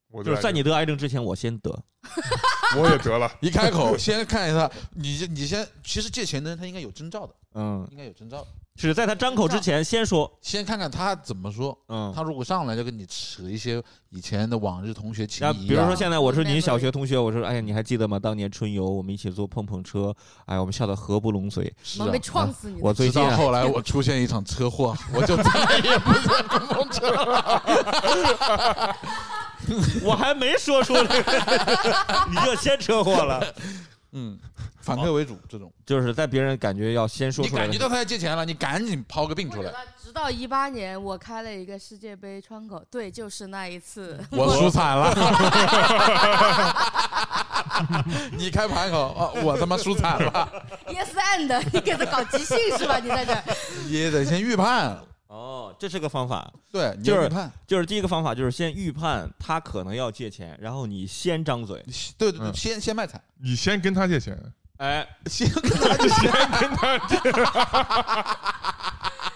[SPEAKER 5] 我
[SPEAKER 3] 就是在
[SPEAKER 5] 来
[SPEAKER 3] 你得癌症之前，我先得。
[SPEAKER 5] 这个我也得了，
[SPEAKER 2] 一开口先看 一下，你这你先，其实借钱的人他应该有征兆的，
[SPEAKER 3] 嗯，
[SPEAKER 2] 应该有征兆的，
[SPEAKER 3] 只在他张口之前先说。
[SPEAKER 2] 先看看他怎么说。
[SPEAKER 3] 嗯，
[SPEAKER 2] 他如果上来就跟你扯一些以前的往日同学情
[SPEAKER 3] 那
[SPEAKER 2] 谊、啊，
[SPEAKER 3] 比如说现在我是你
[SPEAKER 4] Memory
[SPEAKER 3] 小学同学，我说哎呀，你还记得吗？当年春游我们一起坐碰碰车，哎呀，我们笑得合不拢嘴。
[SPEAKER 2] 是
[SPEAKER 4] 我
[SPEAKER 2] 啊
[SPEAKER 4] 们被撞死你的，
[SPEAKER 3] 我最
[SPEAKER 2] 直
[SPEAKER 3] 近、
[SPEAKER 2] 到
[SPEAKER 3] 啊、
[SPEAKER 2] 后来我出现一场车祸， 我就再也不坐公共车了。
[SPEAKER 3] 我还没说出来， 你就先车祸了。
[SPEAKER 2] 嗯，反客为主这种，
[SPEAKER 3] 就是在别人感觉要先说
[SPEAKER 2] 你
[SPEAKER 3] 哦出来
[SPEAKER 2] 感觉
[SPEAKER 3] 的，
[SPEAKER 2] 到他要借钱了，你赶紧抛个病
[SPEAKER 4] 或
[SPEAKER 2] 出
[SPEAKER 4] 者
[SPEAKER 2] 来。
[SPEAKER 4] 他直到一八年，我开了一个世界杯窗口，对，就是那一次。
[SPEAKER 2] 我输惨了， 你开盘口啊，我他妈输惨 了，
[SPEAKER 3] 嗯
[SPEAKER 4] yes and，你给他搞即兴是吧？你在这儿，
[SPEAKER 2] 也得先预判，
[SPEAKER 3] 哦，这是个方法。
[SPEAKER 2] 对，你
[SPEAKER 3] 就是
[SPEAKER 2] 预判，
[SPEAKER 3] 就是第一个方法就是先预判他可能要借钱，然后你先张嘴，
[SPEAKER 2] 对对对，
[SPEAKER 5] 嗯
[SPEAKER 2] 先先卖惨，
[SPEAKER 5] 你先跟他借钱，
[SPEAKER 3] 哎，
[SPEAKER 2] 先 跟他借钱，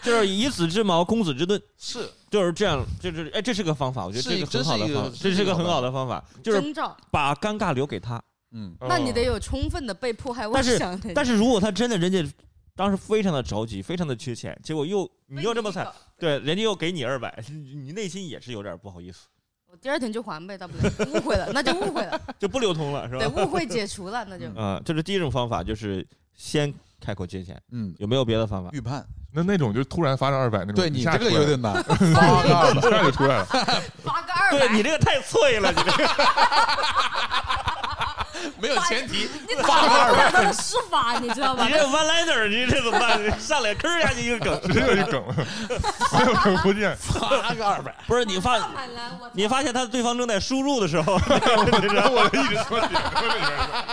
[SPEAKER 3] 就是以子之矛攻子之盾，
[SPEAKER 2] 是
[SPEAKER 3] 就是这样，就是哎，这是个方法，我觉得
[SPEAKER 2] 是
[SPEAKER 3] 这
[SPEAKER 2] 一
[SPEAKER 3] 个很好的
[SPEAKER 2] 真是一
[SPEAKER 3] 方
[SPEAKER 2] 个
[SPEAKER 3] 法，
[SPEAKER 2] 是
[SPEAKER 3] 这是
[SPEAKER 2] 一
[SPEAKER 3] 个
[SPEAKER 2] 个好
[SPEAKER 3] 很
[SPEAKER 2] 办
[SPEAKER 3] 好的方法，就是哦
[SPEAKER 4] 征兆，
[SPEAKER 3] 把尴尬留给他。
[SPEAKER 2] 嗯，
[SPEAKER 4] 那你得
[SPEAKER 5] 哦
[SPEAKER 4] 有充分的被迫害妄
[SPEAKER 3] 但是
[SPEAKER 4] 想的。
[SPEAKER 3] 但是如果他真的人家当时非常的着急，非常的缺钱，结果又你又这么惨，，对，人家又给你二百，你你内心也是有点不好意思，
[SPEAKER 4] 我第二天就还呗，大不了误会了，那就误会了，
[SPEAKER 3] 就不流通了，是吧
[SPEAKER 4] 对，？误会解除了，那就
[SPEAKER 3] 嗯，这是第一种方法，就是先开口借钱。
[SPEAKER 2] 嗯，
[SPEAKER 3] 有没有别的方法？
[SPEAKER 2] 预判，
[SPEAKER 5] 那那种就突然发上二百那种，
[SPEAKER 2] 对
[SPEAKER 5] 一
[SPEAKER 2] 你
[SPEAKER 5] 下
[SPEAKER 2] 这个
[SPEAKER 5] 出来
[SPEAKER 2] 有点难，
[SPEAKER 5] 一下就出来了，
[SPEAKER 4] 发个二
[SPEAKER 3] 对
[SPEAKER 4] 百
[SPEAKER 3] 你。这个太脆了，你这个
[SPEAKER 2] 没有前提，
[SPEAKER 4] 你打不了他的施法，你知道吗
[SPEAKER 3] 你？这 one liner，你这怎么办？上来吭下去一个梗，
[SPEAKER 5] 真有一梗了，没有梗不见。
[SPEAKER 2] 八个二百，
[SPEAKER 3] 不是你
[SPEAKER 4] 大
[SPEAKER 3] 发，
[SPEAKER 4] 海蓝，我
[SPEAKER 3] 你发现他对方正在输入的时 候，
[SPEAKER 5] 我一直说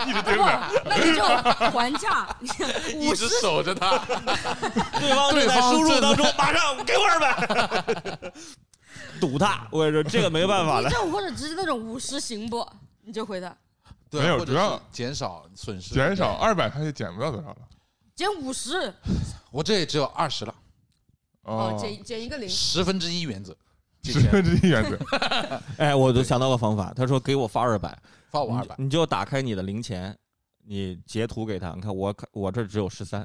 [SPEAKER 5] 你，一直盯着，
[SPEAKER 4] 不，那你就还价
[SPEAKER 2] 一
[SPEAKER 4] 五
[SPEAKER 2] 直
[SPEAKER 4] 十。
[SPEAKER 2] 守着他。
[SPEAKER 3] 对方正在输入当中，马上给我二百， 堵他！我跟你说，这个没办法
[SPEAKER 4] 你
[SPEAKER 3] 了
[SPEAKER 4] 这。种或者直接那种五十行不？你就回他
[SPEAKER 2] 对，
[SPEAKER 5] 没有
[SPEAKER 2] 或者
[SPEAKER 5] 主要
[SPEAKER 2] 是减少损失，
[SPEAKER 5] 减少。二百，他也减不到多少了。
[SPEAKER 4] 减五十，
[SPEAKER 2] 我这也只有二十了，
[SPEAKER 4] 哦，
[SPEAKER 5] 哦，
[SPEAKER 4] 减减一个零。
[SPEAKER 2] 十分之一原则，解
[SPEAKER 5] 十
[SPEAKER 2] 决
[SPEAKER 5] 分之一原则，
[SPEAKER 3] 哎，我就想到个方法，他说给我发二百，
[SPEAKER 2] 发我二百，
[SPEAKER 3] 你你就打开你的零钱，你截图给他，你看我我这只有十三，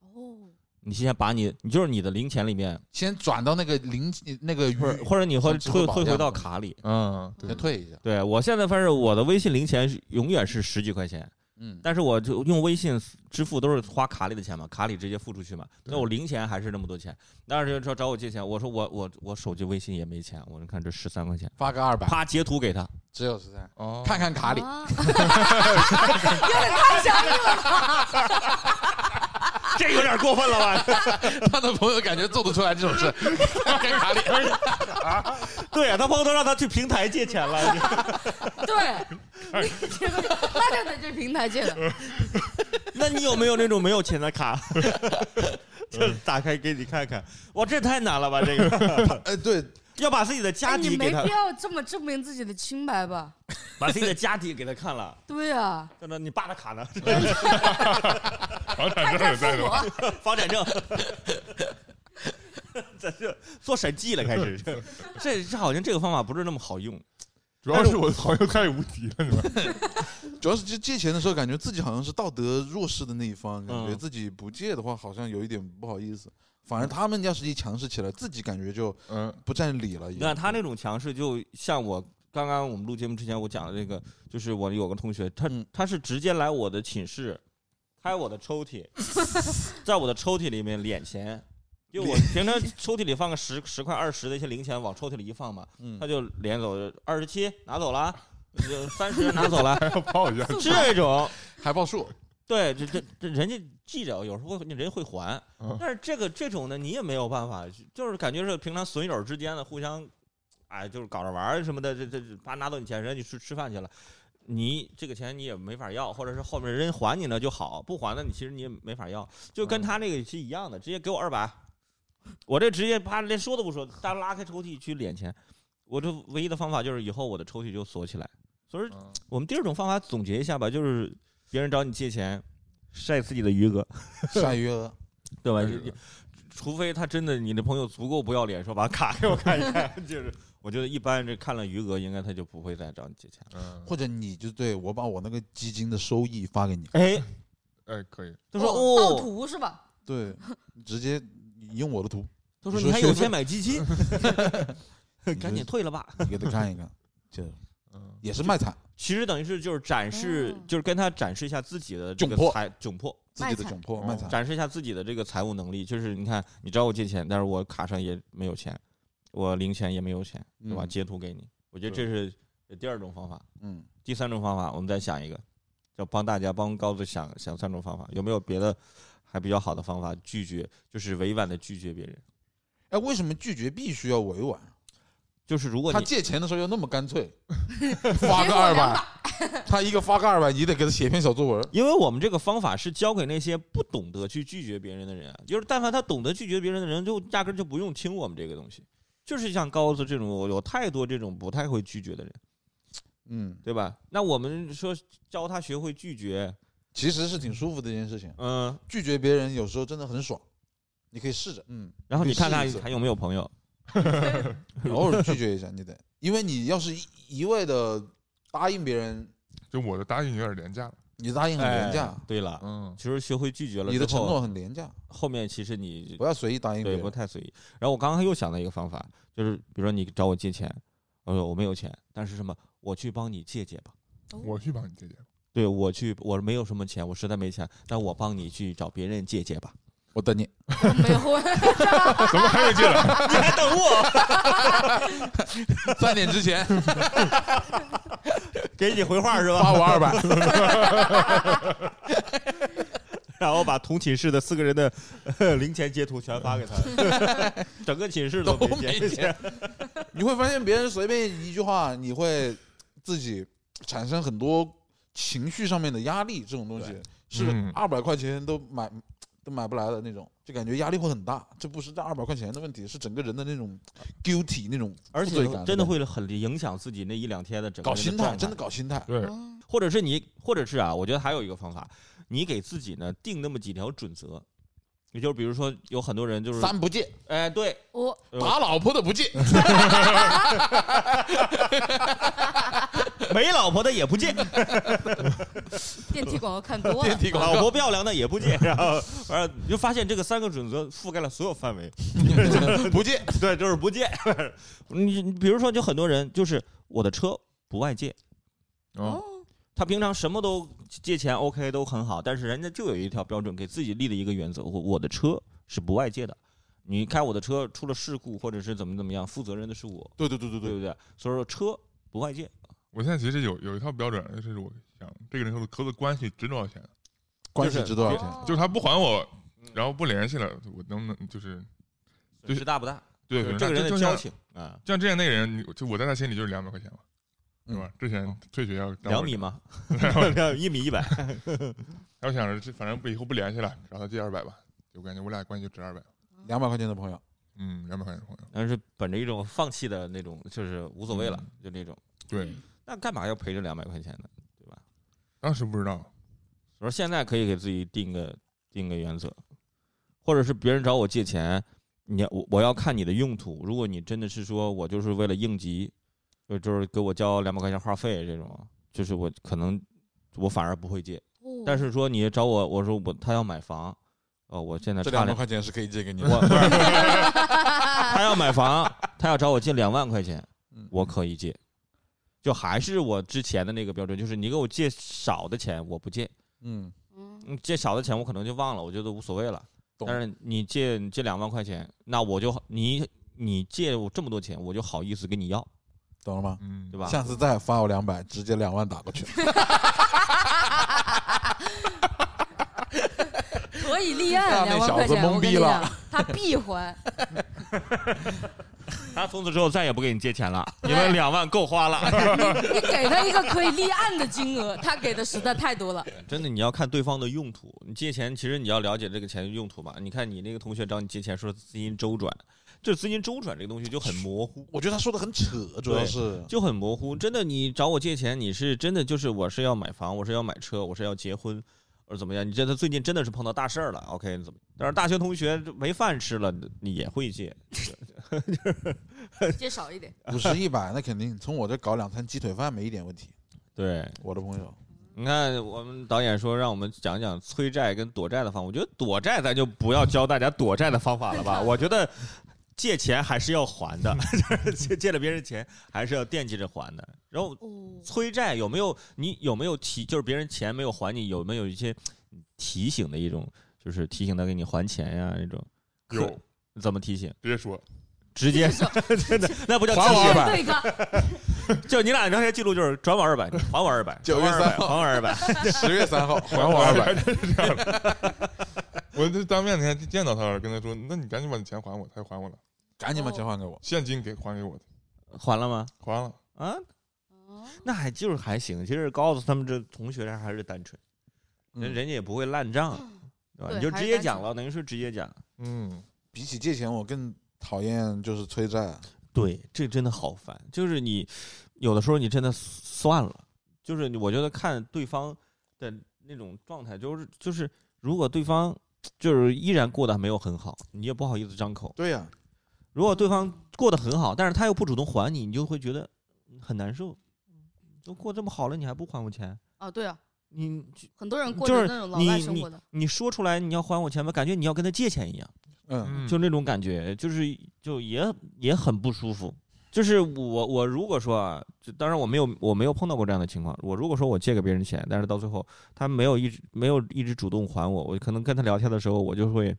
[SPEAKER 4] 哦，
[SPEAKER 3] 你现在把你你就是你的零钱里面，
[SPEAKER 2] 先转到那个零那个余
[SPEAKER 3] 或者或者你会
[SPEAKER 2] 像支付
[SPEAKER 3] 退
[SPEAKER 2] 宝
[SPEAKER 3] 退
[SPEAKER 2] 一
[SPEAKER 3] 回
[SPEAKER 2] 样
[SPEAKER 3] 到
[SPEAKER 2] 的
[SPEAKER 3] 卡里。
[SPEAKER 5] 嗯，对
[SPEAKER 2] 先，退一下。
[SPEAKER 3] 对我现在反正我的微信零钱是永远是十几块钱，
[SPEAKER 2] 嗯，
[SPEAKER 3] 但是我就用微信支付都是花卡里的钱嘛，卡里直接付出去嘛，
[SPEAKER 5] 对
[SPEAKER 3] 那我零钱还是那么多钱。当时就说找我借钱，我说我我我手机微信也没钱，我说看这十三块钱，
[SPEAKER 2] 发个二百，
[SPEAKER 3] 啪截图给他，
[SPEAKER 2] 只有十三，
[SPEAKER 5] 哦，
[SPEAKER 2] 看看卡里。
[SPEAKER 4] 啊有点太强硬了。
[SPEAKER 3] 这有点过分了吧？
[SPEAKER 2] 他的朋友感觉做得出来这种事， 看看卡里。
[SPEAKER 3] 对啊，他朋友都让他去平台借钱了，
[SPEAKER 4] 对，你这个那就得去平台借的。
[SPEAKER 3] 那你有没有那种没有钱的卡？ 就打开给你看看，哇，这太难了吧？这个
[SPEAKER 2] 哎，对，
[SPEAKER 3] 要把自己的
[SPEAKER 4] 哎
[SPEAKER 3] 家
[SPEAKER 4] 你
[SPEAKER 3] 底给
[SPEAKER 4] 没
[SPEAKER 3] 他
[SPEAKER 4] 必，要这么证明自己的清白吧？
[SPEAKER 3] 把自己的家底给他看了。
[SPEAKER 4] 对呀，
[SPEAKER 3] 等等，你爸的卡呢？
[SPEAKER 5] 房产
[SPEAKER 4] 看
[SPEAKER 5] 证
[SPEAKER 4] 看
[SPEAKER 5] 也
[SPEAKER 4] 父
[SPEAKER 5] 在
[SPEAKER 4] 母
[SPEAKER 5] 吗？，
[SPEAKER 3] 房产证， 在这做审计了，开始嗯这 这这好像这个方法不是那么好用。
[SPEAKER 5] 主要是我的朋友太无敌了，是吧？
[SPEAKER 2] 主要是就借钱的时候，感觉自己好像是道德弱势的那一方，感觉
[SPEAKER 3] 嗯
[SPEAKER 2] 自己不借的话，好像有一点不好意思。反而他们要是一强势起来，自己感觉就
[SPEAKER 5] 嗯，
[SPEAKER 2] 不占理了。已
[SPEAKER 3] 你
[SPEAKER 2] 经
[SPEAKER 3] 看他那种强势，就像我刚刚我们录节目之前我讲的这个，就是我有个同学，他
[SPEAKER 2] 嗯
[SPEAKER 3] 他是直接来我的寝室，开我的抽 屉，在我的抽屉里面敛钱。就 我平常抽屉里放个十十块二十的一些零钱，往抽屉里一放嘛，
[SPEAKER 2] 嗯
[SPEAKER 3] 他就连走二十七拿走了，三十拿 走了，
[SPEAKER 5] 还要报 一下，
[SPEAKER 3] 这种
[SPEAKER 2] 还报数，
[SPEAKER 3] 对，这这这人家记着，有时候会人家会还
[SPEAKER 5] 嗯，
[SPEAKER 3] 但是这个这种呢，你也没有办法，就是感觉是平常损友之间的互相，哎，就是搞着玩儿什么的，这这这啪拿走你钱，人家去吃吃饭去了，你这个钱你也没法要，或者是后面人还你了就好，不还呢你其实你也没法要，就跟他那个是一样的，直接给我二百，我这直接啪连说都不说，他拉开抽屉去敛钱，我这唯一的方法就是以后我的抽屉就锁起来，所以
[SPEAKER 5] 嗯
[SPEAKER 3] 我们第二种方法总结一下吧，就是别人找你借钱，晒自己的余额，
[SPEAKER 2] 晒余额。
[SPEAKER 3] 对吧？
[SPEAKER 5] 是
[SPEAKER 3] 就除非他真的你的朋友足够不要脸，说把卡给我看一看， 就是我觉得一般这看了余额，应该他就不会再找你借钱了。
[SPEAKER 5] 嗯，
[SPEAKER 2] 或者你就对我把我那个基金的收益发给你，
[SPEAKER 3] 哎，
[SPEAKER 5] 哎，可以，
[SPEAKER 3] 他说
[SPEAKER 4] 盗
[SPEAKER 3] 哦，
[SPEAKER 4] 图是吧？
[SPEAKER 2] 对，你直接你用我的图，
[SPEAKER 3] 他说
[SPEAKER 2] 你
[SPEAKER 3] 你
[SPEAKER 2] 说
[SPEAKER 3] 还
[SPEAKER 2] 学
[SPEAKER 3] 有
[SPEAKER 2] 费
[SPEAKER 3] 钱买基 金，赶紧
[SPEAKER 2] 你
[SPEAKER 3] 退了吧。
[SPEAKER 2] 你给他看一看，就
[SPEAKER 5] 嗯，
[SPEAKER 2] 也是卖惨，
[SPEAKER 3] 其实等于是就是展示
[SPEAKER 4] 哦，
[SPEAKER 3] 就是跟他展示一下自己的这个
[SPEAKER 2] 窘迫
[SPEAKER 3] 财窘迫，
[SPEAKER 2] 自己的窘迫，卖
[SPEAKER 5] 卖惨
[SPEAKER 2] 惨。
[SPEAKER 3] 展示一下自己的这个财务能力。就是你看，你找我借钱，但是我卡上也没有钱，我零钱也没有钱，对吧？
[SPEAKER 2] 嗯
[SPEAKER 3] 截图给你，我觉得这
[SPEAKER 2] 对
[SPEAKER 3] 是第二种方法。
[SPEAKER 2] 嗯，
[SPEAKER 3] 第三种方法，我们再想一个，就帮大家帮高子想想三种方法，有没有别的还比较好的方法拒绝？就是委婉的拒绝别人。
[SPEAKER 2] 哎，为什么拒绝必须要委婉？
[SPEAKER 3] 就是如果
[SPEAKER 2] 他
[SPEAKER 3] 你
[SPEAKER 2] 借钱的时候又那么干脆，发个二百，他一个发个二百，你得给他写篇小作文。
[SPEAKER 3] 因为我们这个方法是教给那些不懂得去拒绝别人的人啊，就是但凡他懂得拒绝别人的人，就压根儿就不用听我们这个东西。就是像高子这种，我有太多这种不太会拒绝的人，
[SPEAKER 2] 嗯，
[SPEAKER 3] 对吧？那我们说教他学会拒绝，
[SPEAKER 2] 其实是挺舒服的一件事情，
[SPEAKER 3] 嗯、
[SPEAKER 2] 拒绝别人有时候真的很爽，你可以试着， 嗯，
[SPEAKER 3] 然后你看
[SPEAKER 2] 可以
[SPEAKER 3] 看
[SPEAKER 2] 试一试
[SPEAKER 3] 还有没有朋友，
[SPEAKER 2] 偶尔拒绝一下，你得，因为你要是一一味的答应别人，
[SPEAKER 5] 就我的答应有点廉价了，
[SPEAKER 2] 你答应很廉价
[SPEAKER 3] 哎，对了，
[SPEAKER 5] 嗯，
[SPEAKER 3] 其实学会拒绝了
[SPEAKER 2] 你的
[SPEAKER 3] 之
[SPEAKER 2] 承
[SPEAKER 3] 后
[SPEAKER 2] 诺很廉价，
[SPEAKER 3] 后面其实你
[SPEAKER 2] 不要随意答应别
[SPEAKER 3] 对不
[SPEAKER 2] 人。
[SPEAKER 3] 太随意。然后我刚刚又想到一个方法，就是比如说你找我借钱，我说我没有钱，但是什么，我去帮你借借吧。
[SPEAKER 5] 我去帮你解决，
[SPEAKER 3] 对我去，我没有什么钱，我实在没钱，但我帮你去找别人借借吧。
[SPEAKER 2] 我等你，
[SPEAKER 4] 我啊 没婚，
[SPEAKER 5] 怎么还有进来？
[SPEAKER 3] 你还等我？
[SPEAKER 2] 三点之前，
[SPEAKER 3] 给你回话是吧？
[SPEAKER 2] 罚我二百，
[SPEAKER 3] 然后把同寝室的四个人的 呃零钱截图全发 给他，整个寝室都
[SPEAKER 2] 都
[SPEAKER 3] 没
[SPEAKER 2] 没
[SPEAKER 3] 钱。
[SPEAKER 2] 钱 你会发现别人随便一句话，你会自己产生很多情绪上面的压力，这种东西是
[SPEAKER 5] 嗯
[SPEAKER 2] 二百块钱都买都买不来的那种，就感觉压力会很大。这不是这二百块钱的问题，是整个人的那种 guilty 那种
[SPEAKER 3] 而
[SPEAKER 2] 负罪
[SPEAKER 3] 且
[SPEAKER 2] 感
[SPEAKER 3] 真的会很影响自己那一两天的整个
[SPEAKER 2] 搞
[SPEAKER 3] 人
[SPEAKER 2] 心态，
[SPEAKER 3] 状
[SPEAKER 2] 真的搞心态。
[SPEAKER 5] 对，
[SPEAKER 4] 哦
[SPEAKER 3] 或者是你，或者是啊，我觉得还有一个方法，你给自己呢定那么几条准则，也就是比如说有很多人就是，
[SPEAKER 2] 三不戒，
[SPEAKER 3] 哎，对，
[SPEAKER 4] 我
[SPEAKER 3] 呃
[SPEAKER 2] 打老婆的不 戒，
[SPEAKER 3] 没老婆的也不 戒，
[SPEAKER 4] 电梯广告看多
[SPEAKER 2] 电
[SPEAKER 4] 了，
[SPEAKER 2] 梯 广
[SPEAKER 3] 老
[SPEAKER 2] 告，
[SPEAKER 3] 婆漂亮的也不戒，然后完了你就发现这个三个准则覆盖了所有范围，
[SPEAKER 2] 不戒，
[SPEAKER 3] 对，就是不戒。 你你比如说，就很多人就是我的车不外借，
[SPEAKER 2] 嗯
[SPEAKER 5] 哦，
[SPEAKER 3] 他平常什么都借钱 OK 都很好，但是人家就有一条标准，给自己立了一个原则，我我的车是不外借的。你开我的车出了事故或者是怎么怎么样，负责任的是我，
[SPEAKER 2] 对对对对
[SPEAKER 3] 对
[SPEAKER 2] 对，
[SPEAKER 3] 不对？所以说车不外借，
[SPEAKER 5] 我现在其实有有一套标准，就是我想这个人和我和我的关系值多少钱，
[SPEAKER 2] 关系值多少
[SPEAKER 4] 哦
[SPEAKER 2] 钱？
[SPEAKER 5] 就是他不还我，然后不联系了，我能不能就是
[SPEAKER 3] 损失大不大？
[SPEAKER 5] 对
[SPEAKER 3] 就是这个
[SPEAKER 5] 就
[SPEAKER 3] 人的
[SPEAKER 5] 就
[SPEAKER 3] 交
[SPEAKER 5] 像
[SPEAKER 3] 情啊，
[SPEAKER 5] 像之前那个人，你就我在他心里就是两百块钱嘛，对吧？之前退学要
[SPEAKER 3] 嗯哦两米，吗？两 一米一百，
[SPEAKER 5] 然后想着这反正不以后不联系了，找他借二百吧，我感觉我俩关系就值二百，
[SPEAKER 2] 两百块钱的朋友，
[SPEAKER 5] 嗯，两百块钱的朋友，
[SPEAKER 3] 但是本着一种放弃的那种，就是无所谓了，
[SPEAKER 5] 嗯
[SPEAKER 3] 就那种。
[SPEAKER 5] 对，
[SPEAKER 3] 那干嘛要赔这两百块钱呢？对吧？
[SPEAKER 5] 当时不知道，
[SPEAKER 3] 所以说现在可以给自己定个定个原则，或者是别人找我借钱，你我我要看你的用途。如果你真的是说我就是为了应急，就就是给我交两百块钱话费这种，就是我可能我反而不会借。
[SPEAKER 4] 哦
[SPEAKER 3] 但是说你找我，我说我他要买房，哦，我现在
[SPEAKER 2] 这
[SPEAKER 3] 差
[SPEAKER 2] 两百
[SPEAKER 3] 两，
[SPEAKER 2] 块钱是可以借给你的。
[SPEAKER 3] 我不是他要买房，他要找我借两万块钱，
[SPEAKER 2] 嗯
[SPEAKER 3] 我可以借，就还是我之前的那个标准，就是你给我借少的钱我不借，
[SPEAKER 2] 嗯，
[SPEAKER 4] 嗯
[SPEAKER 3] 嗯借少的钱我可能就忘了，我觉得无所谓了。
[SPEAKER 2] 懂
[SPEAKER 3] 但是你借你借两万块钱，那我就你你借我这么多钱，我就好意思跟你要，
[SPEAKER 2] 懂了吗？
[SPEAKER 5] 嗯，
[SPEAKER 3] 对吧？
[SPEAKER 2] 下次再发我两百，直接两万打过去。
[SPEAKER 4] 可以立
[SPEAKER 2] 让
[SPEAKER 4] 案
[SPEAKER 2] 那
[SPEAKER 4] 两万
[SPEAKER 2] 小
[SPEAKER 4] 块
[SPEAKER 2] 子
[SPEAKER 4] 钱，
[SPEAKER 2] 懵
[SPEAKER 4] 我跟
[SPEAKER 2] 逼
[SPEAKER 4] 你
[SPEAKER 2] 了
[SPEAKER 4] 讲，他必还。
[SPEAKER 3] 他从此之后再也不给你借钱了，你
[SPEAKER 4] 对
[SPEAKER 3] 们两万够花了。
[SPEAKER 4] 你给他一个可以立案的金额，他给的实在太多了。
[SPEAKER 3] 真的，你要看对方的用途。你借钱，其实你要了解这个钱的用途嘛。你看你那个同学找你借钱说资金周转，就资金周转这个东西就很模糊。
[SPEAKER 2] 我觉得他说的很扯，主要是
[SPEAKER 3] 就很模糊。真的，你找我借钱，你是真的就是我是要买房，我是要买车，我是要结婚，或者怎么样？你这他最近真的是碰到大事儿了，OK？怎么？但是大学同学这没饭吃了，你也会借，
[SPEAKER 4] 借少一点，
[SPEAKER 2] 五十一百，那肯定从我这搞两餐鸡腿饭没一点问题。
[SPEAKER 3] 对。
[SPEAKER 2] 我的朋友，
[SPEAKER 3] 你看，我们导演说让我们讲讲催债跟躲债的方法。我觉得躲债咱就不要教大家躲债的方法了吧。我觉得借钱还是要还的， 就是借借了别人钱还是要惦记着还的。然后
[SPEAKER 4] 哦，
[SPEAKER 3] 催债有没有你有没有提就是别人钱没有还你有没有一些嗯提醒的一种就是提醒他给你还钱呀、那种？
[SPEAKER 5] 有
[SPEAKER 3] 可怎么提醒？
[SPEAKER 5] 直 接说，
[SPEAKER 3] 直 接真的那不叫提
[SPEAKER 2] 还我二
[SPEAKER 3] 醒，
[SPEAKER 2] 百
[SPEAKER 4] 对个，
[SPEAKER 3] 就你俩聊天记录就是转我二百，还我二百，
[SPEAKER 2] 9月
[SPEAKER 3] 还我200
[SPEAKER 2] 3号
[SPEAKER 3] 还我二百。
[SPEAKER 2] 十月 三号
[SPEAKER 5] 还我二百，就是这样的我就当面那天见到他了，跟他说：“那你赶紧把你钱还我。”他就还我了，
[SPEAKER 2] 赶紧把钱还给我。
[SPEAKER 5] 现金给还给我的，
[SPEAKER 3] 还了吗？
[SPEAKER 5] 还了。
[SPEAKER 3] 啊，
[SPEAKER 4] 哦
[SPEAKER 3] 那还就是还行。其实高子他们这同学还是单纯，人
[SPEAKER 2] 嗯
[SPEAKER 3] 人家也不会烂账，对吧？
[SPEAKER 4] 对
[SPEAKER 3] 你就
[SPEAKER 4] 还
[SPEAKER 3] 直
[SPEAKER 4] 是
[SPEAKER 3] 接
[SPEAKER 4] 单
[SPEAKER 3] 讲
[SPEAKER 4] 纯
[SPEAKER 3] 了，等于是直接讲。
[SPEAKER 5] 嗯，
[SPEAKER 2] 比起借钱，我更讨厌就是催债。
[SPEAKER 3] 对，这真的好烦。就是你有的时候你真的算了，就是你我觉得看对方的那种状态，就是就是如果对方就是依然过得没有很好，你也不好意思张口；
[SPEAKER 2] 对呀、
[SPEAKER 3] 如果对方过得很好，但是他又不主动还你，你就会觉得很难受。都过这么好了，你还不还我钱？
[SPEAKER 4] 哦，对啊，
[SPEAKER 3] 你
[SPEAKER 4] 很多人过
[SPEAKER 3] 就
[SPEAKER 4] 着
[SPEAKER 3] 是
[SPEAKER 4] 那种老
[SPEAKER 3] 你
[SPEAKER 4] 赖生活的，
[SPEAKER 3] 你说出来你要还我钱吧，感觉你要跟他借钱一样。
[SPEAKER 2] 嗯，
[SPEAKER 5] 嗯
[SPEAKER 3] 就那种感觉，就是就也也很不舒服。就是我我如果说啊，就当然我没有我没有碰到过这样的情况。我如果说我借给别人钱，但是到最后他没有一直没有一直主动还我，我可能跟他聊天的时候，我就会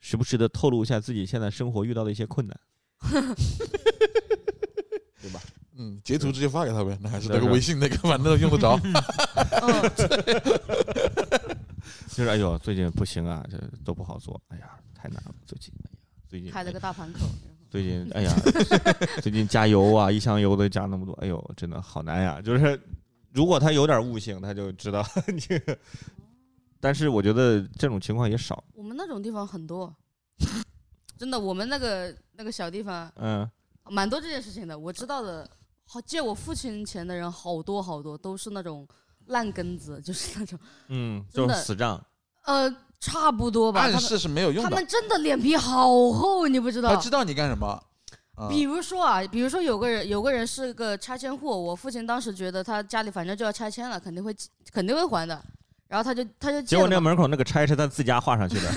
[SPEAKER 3] 时不时的透露一下自己现在生活遇到的一些困难，对吧？
[SPEAKER 2] 嗯，截图直接发给他呗，那还是那
[SPEAKER 3] 是
[SPEAKER 2] 个微信那个，反正用得 着。
[SPEAKER 4] 嗯，
[SPEAKER 3] 就是哎呦，最近不行啊，这都不好做，哎呀，太难了，最近，哎呀，最 近
[SPEAKER 4] 嗯开了个大盘口，
[SPEAKER 3] 最
[SPEAKER 4] 嗯
[SPEAKER 3] 近，哎呀， 最近加油啊，一箱油都加那么多，哎呦，真的好难呀。就是如果他有点悟性，他就知道 你。但是我觉得这种情况也少，
[SPEAKER 4] 我们那种地方很多，真的，我们那个那个小地方
[SPEAKER 3] 嗯，
[SPEAKER 4] 蛮多这件事情的。我知道的，好借我父亲钱的人好多好多，都是那种烂根子，就是那种
[SPEAKER 3] 嗯，
[SPEAKER 4] 真
[SPEAKER 3] 就
[SPEAKER 4] 的
[SPEAKER 3] 是死账，
[SPEAKER 4] 呃，差不多吧。
[SPEAKER 2] 暗
[SPEAKER 4] 他们
[SPEAKER 2] 示是没有用
[SPEAKER 4] 他
[SPEAKER 2] 的，
[SPEAKER 4] 们真的脸皮好厚，你不知
[SPEAKER 2] 他
[SPEAKER 4] 道。
[SPEAKER 2] 知道你干什么。啊
[SPEAKER 4] 比如说啊，比如说有个人，有个人是个拆迁户，我父亲当时觉得他家里反正就要拆迁了，肯定会肯定会还的，然后他就他就借
[SPEAKER 3] 结果
[SPEAKER 4] 了
[SPEAKER 3] 那个
[SPEAKER 4] 嘛
[SPEAKER 3] 门口那个拆是他自家画上去 的，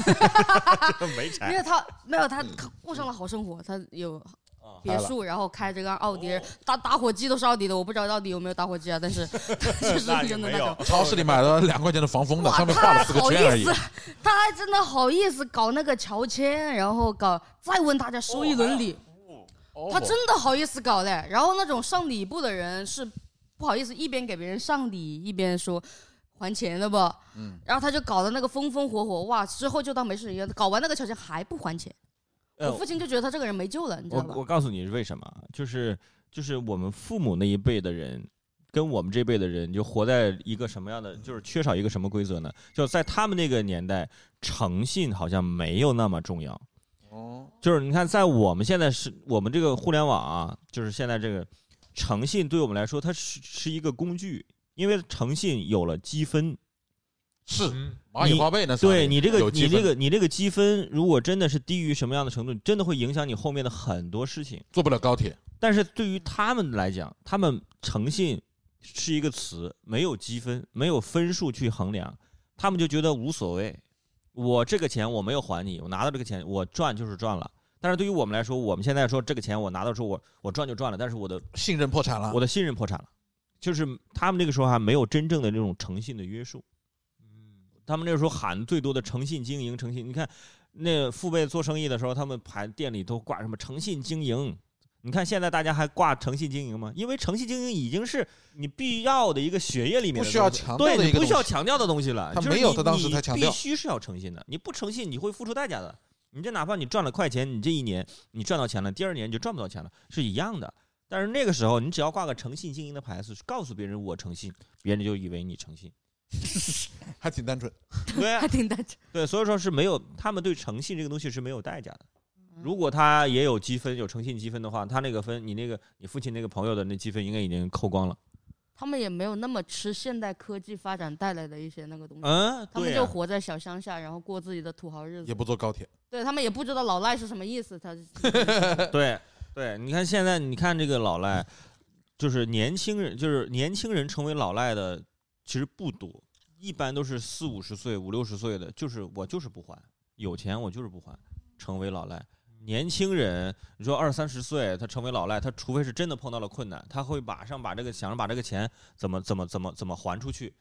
[SPEAKER 3] 就没
[SPEAKER 4] 因
[SPEAKER 3] 拆。
[SPEAKER 4] 为他没有他过上了好生活，他有
[SPEAKER 3] 啊
[SPEAKER 4] 别墅，然后开这个奥迪，
[SPEAKER 3] 哦
[SPEAKER 4] 打打火机都是奥迪的，我不知道到底有没有打火机啊，但是 就是
[SPEAKER 3] 那也
[SPEAKER 4] 真的
[SPEAKER 3] 没
[SPEAKER 4] 那
[SPEAKER 3] 有
[SPEAKER 4] 种。
[SPEAKER 2] 超市里买的两块钱的防风的，
[SPEAKER 4] 哇
[SPEAKER 2] 上面画了四个
[SPEAKER 4] 好
[SPEAKER 2] 圈而
[SPEAKER 4] 意
[SPEAKER 2] 已
[SPEAKER 4] 思。，他还真的好意思搞那个乔迁，然后搞再问大家收益伦理，
[SPEAKER 2] 哦哎
[SPEAKER 4] 他真的好意思搞嘞。然后那种上礼部的人是不好意思，一边给别人上礼，一边说还钱的吧。
[SPEAKER 2] 嗯
[SPEAKER 4] 然后他就搞得那个风风火火，哇！之后就当没事一样，搞完那个乔迁还不还钱。
[SPEAKER 3] 呃
[SPEAKER 2] 哎
[SPEAKER 4] 我父亲就觉得他这个人没救了，你知道
[SPEAKER 3] 我
[SPEAKER 4] 吧？
[SPEAKER 3] 我告诉你是为什么啊，就是就是我们父母那一辈的人。跟我们这辈的人就活在一个什么样的，就是缺少一个什么规则呢？就在他们那个年代，诚信好像没有那么重要。
[SPEAKER 2] 哦，
[SPEAKER 3] 就是你看，在我们现在是我们这个互联网啊，就是现在这个诚信对我们来说，它是是一个工具，因为诚信有了积分，
[SPEAKER 2] 是
[SPEAKER 5] 嗯
[SPEAKER 2] 蚂蚁花呗那啥的
[SPEAKER 3] 对你这个
[SPEAKER 2] 有
[SPEAKER 3] 你
[SPEAKER 2] 积
[SPEAKER 3] 这
[SPEAKER 2] 分
[SPEAKER 3] 个你这个积分，如果真的是低于什么样的程度，真的会影响你后面的很多事情。
[SPEAKER 2] 坐不了高铁，
[SPEAKER 3] 但是对于他们来讲，他们诚信是一个词，没有积分，没有分数去衡量，他们就觉得无所谓。我这个钱我没有还你，我拿到这个钱我赚就是赚了。但是对于我们来说，我们现在说这个钱我拿到之后我我赚就赚了，但是我的
[SPEAKER 2] 信任破产了
[SPEAKER 3] 我。的信任破产了，就是他们那个时候还没有真正的这种诚信的约束。他们那个时候喊最多的诚信经营，诚信。你看那父辈做生意的时候，他们牌店里都挂什么诚信经营。你看现在大家还挂诚信经营吗？因为诚信经营已经是你必要的一个血液里面的
[SPEAKER 2] 不需要
[SPEAKER 3] 东西
[SPEAKER 2] 强调的
[SPEAKER 3] 对
[SPEAKER 2] 一
[SPEAKER 3] 你
[SPEAKER 2] 个
[SPEAKER 3] 不需要
[SPEAKER 2] 东西
[SPEAKER 3] 强调的东西了。
[SPEAKER 2] 他
[SPEAKER 3] 就是
[SPEAKER 2] 没有
[SPEAKER 3] 你
[SPEAKER 2] 他当时
[SPEAKER 3] 你
[SPEAKER 2] 才强调
[SPEAKER 3] 必须是要诚信的。你不诚信，你会付出代价的。你这哪怕你赚了块钱，你这一年你赚到钱了，第二年你就赚不到钱了，是一样的。但是那个时候，你只要挂个诚信经营的牌子，告诉别人我诚信，别人就以为你诚信。
[SPEAKER 2] 还挺单纯。
[SPEAKER 3] 对啊
[SPEAKER 4] 还，挺单纯。
[SPEAKER 3] 对，所以说是没有，他们对诚信这个东西是没有代价的。如果他也有积分，有诚信积分的话，他那个分，你那个你父亲那个朋友的那积分应该已经扣光了。
[SPEAKER 4] 他们也没有那么吃现代科技发展带来的一些那个东西，
[SPEAKER 3] 嗯，
[SPEAKER 4] 他们
[SPEAKER 3] 对、
[SPEAKER 4] 就
[SPEAKER 3] 啊，
[SPEAKER 4] 活在小乡下，然后过自己的土豪日
[SPEAKER 2] 也
[SPEAKER 4] 子。
[SPEAKER 2] 不坐高铁，
[SPEAKER 4] 对他们也不知道老赖是什么意思，他
[SPEAKER 3] 对对，你看现在，你看这个老赖，就是年轻人，就是年轻人成为老赖的其实不多，一般都是四五十岁、五六十岁的，就是我就是不还，有钱我就是不还，成为老赖。年轻人，你说二三十岁，他成为老赖，他除非是真的碰到了困难，他会马上把这个想着把这个钱怎么怎么怎么怎么还出去，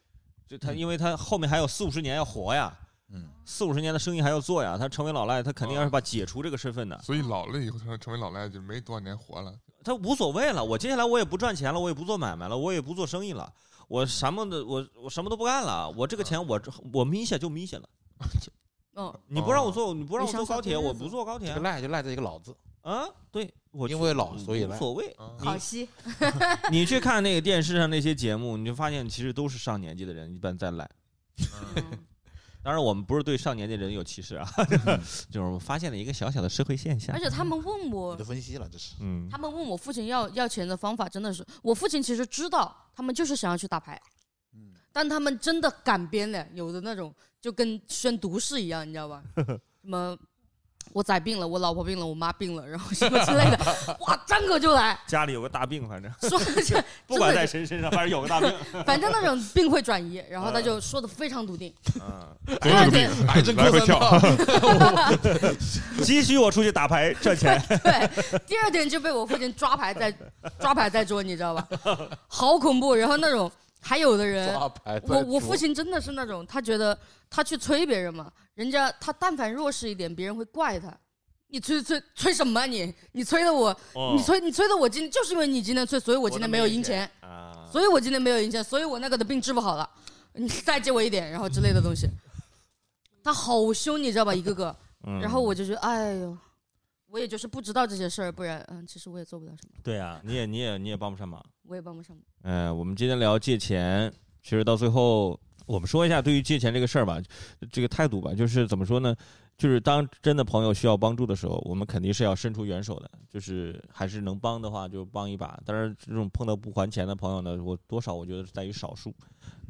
[SPEAKER 3] 就他，
[SPEAKER 2] 嗯
[SPEAKER 3] 因为他后面还有四五十年要活呀，
[SPEAKER 2] 嗯，
[SPEAKER 3] 四五十年的生意还要做呀，他成为老赖，他肯定要是把解除这个身份的，
[SPEAKER 5] 所以老了以后成成为老赖就没多少年活 了。
[SPEAKER 3] 他无所谓了，我接下来我也不赚钱了，我也不做买卖了，我也不做生意了，我什么的我我什么都不干了，我这个钱我我眯下就眯下了。
[SPEAKER 4] 嗯，
[SPEAKER 3] 你不让我坐，你不让我坐高铁，
[SPEAKER 4] 你想
[SPEAKER 3] 我
[SPEAKER 4] 想这日子
[SPEAKER 3] 不坐高铁
[SPEAKER 2] 这个赖就赖在一个“老”字，
[SPEAKER 3] 啊！对，我
[SPEAKER 2] 因
[SPEAKER 3] 去
[SPEAKER 2] 为老所以
[SPEAKER 3] 无
[SPEAKER 2] 赖。
[SPEAKER 3] 所谓。
[SPEAKER 5] 啊
[SPEAKER 3] 你
[SPEAKER 4] 好惜。
[SPEAKER 3] 你去看那个电视上那些节目，你就发现其实都是上年纪的人一般在赖。
[SPEAKER 4] 嗯
[SPEAKER 3] 当然，我们不是对上年纪人有歧视啊， 就是我们发现了一个小小的社会现象
[SPEAKER 4] 而。且他们问
[SPEAKER 2] 你
[SPEAKER 4] 我
[SPEAKER 2] 的，分析了，这是
[SPEAKER 3] 嗯
[SPEAKER 4] 他，们问我父亲要要钱的方法，真的是我父亲其实知道，他们就是想要去打牌，
[SPEAKER 2] 嗯
[SPEAKER 4] 但他们真的敢编的，有的那种就跟宣毒誓一样，你知道吧？什么我仔病了，我老婆病了，我妈病了，然后什么之类的，哇，张口就来，
[SPEAKER 3] 家里有个大病，反正
[SPEAKER 4] 说 的这
[SPEAKER 3] 不管在谁身上，反正有个大病。
[SPEAKER 4] 反正那种病会转移，然后他就说的非常笃定。
[SPEAKER 3] 嗯，
[SPEAKER 4] 第二天，
[SPEAKER 2] 癌症
[SPEAKER 5] 来
[SPEAKER 2] 扩
[SPEAKER 5] 回
[SPEAKER 2] 散
[SPEAKER 5] 跳
[SPEAKER 2] 到
[SPEAKER 3] 急需我出去打牌赚钱。
[SPEAKER 4] 对，第二天就被我父亲抓牌在抓牌在桌，你知道吧？好恐怖。然后那种还有的 人，
[SPEAKER 2] 抓牌在
[SPEAKER 4] 我我
[SPEAKER 2] 桌
[SPEAKER 4] 父亲真的是那种，他觉得他去催别人嘛，人家他但凡弱势一点，别人会怪他。你催催催什么啊你？你催的我，
[SPEAKER 3] 哦
[SPEAKER 4] 你催你催的我今就是因为你今天催，所以我
[SPEAKER 3] 我
[SPEAKER 4] 今天没有赢钱，
[SPEAKER 3] 啊，
[SPEAKER 4] 所以我今天没有赢钱，所以我那个的病治不好了，你再借我一点，然后之类的东西。他好凶，你知道吧？一个个，
[SPEAKER 3] 嗯
[SPEAKER 4] 然后我就觉得，哎呦，我也就是不知道这些事儿，不然，嗯，其实我也做不了什么，
[SPEAKER 3] 对啊，你也你也你也帮不上忙。
[SPEAKER 4] 我也帮不上忙。
[SPEAKER 3] 嗯，我们今天聊借钱，其实到最后，我们说一下对于借钱这个事儿吧，这个态度吧，就是怎么说呢？就是当真的朋友需要帮助的时候，我们肯定是要伸出援手的，就是还是能帮的话就帮一把。但是这种碰到不还钱的朋友呢，我多少我觉得是在于少数，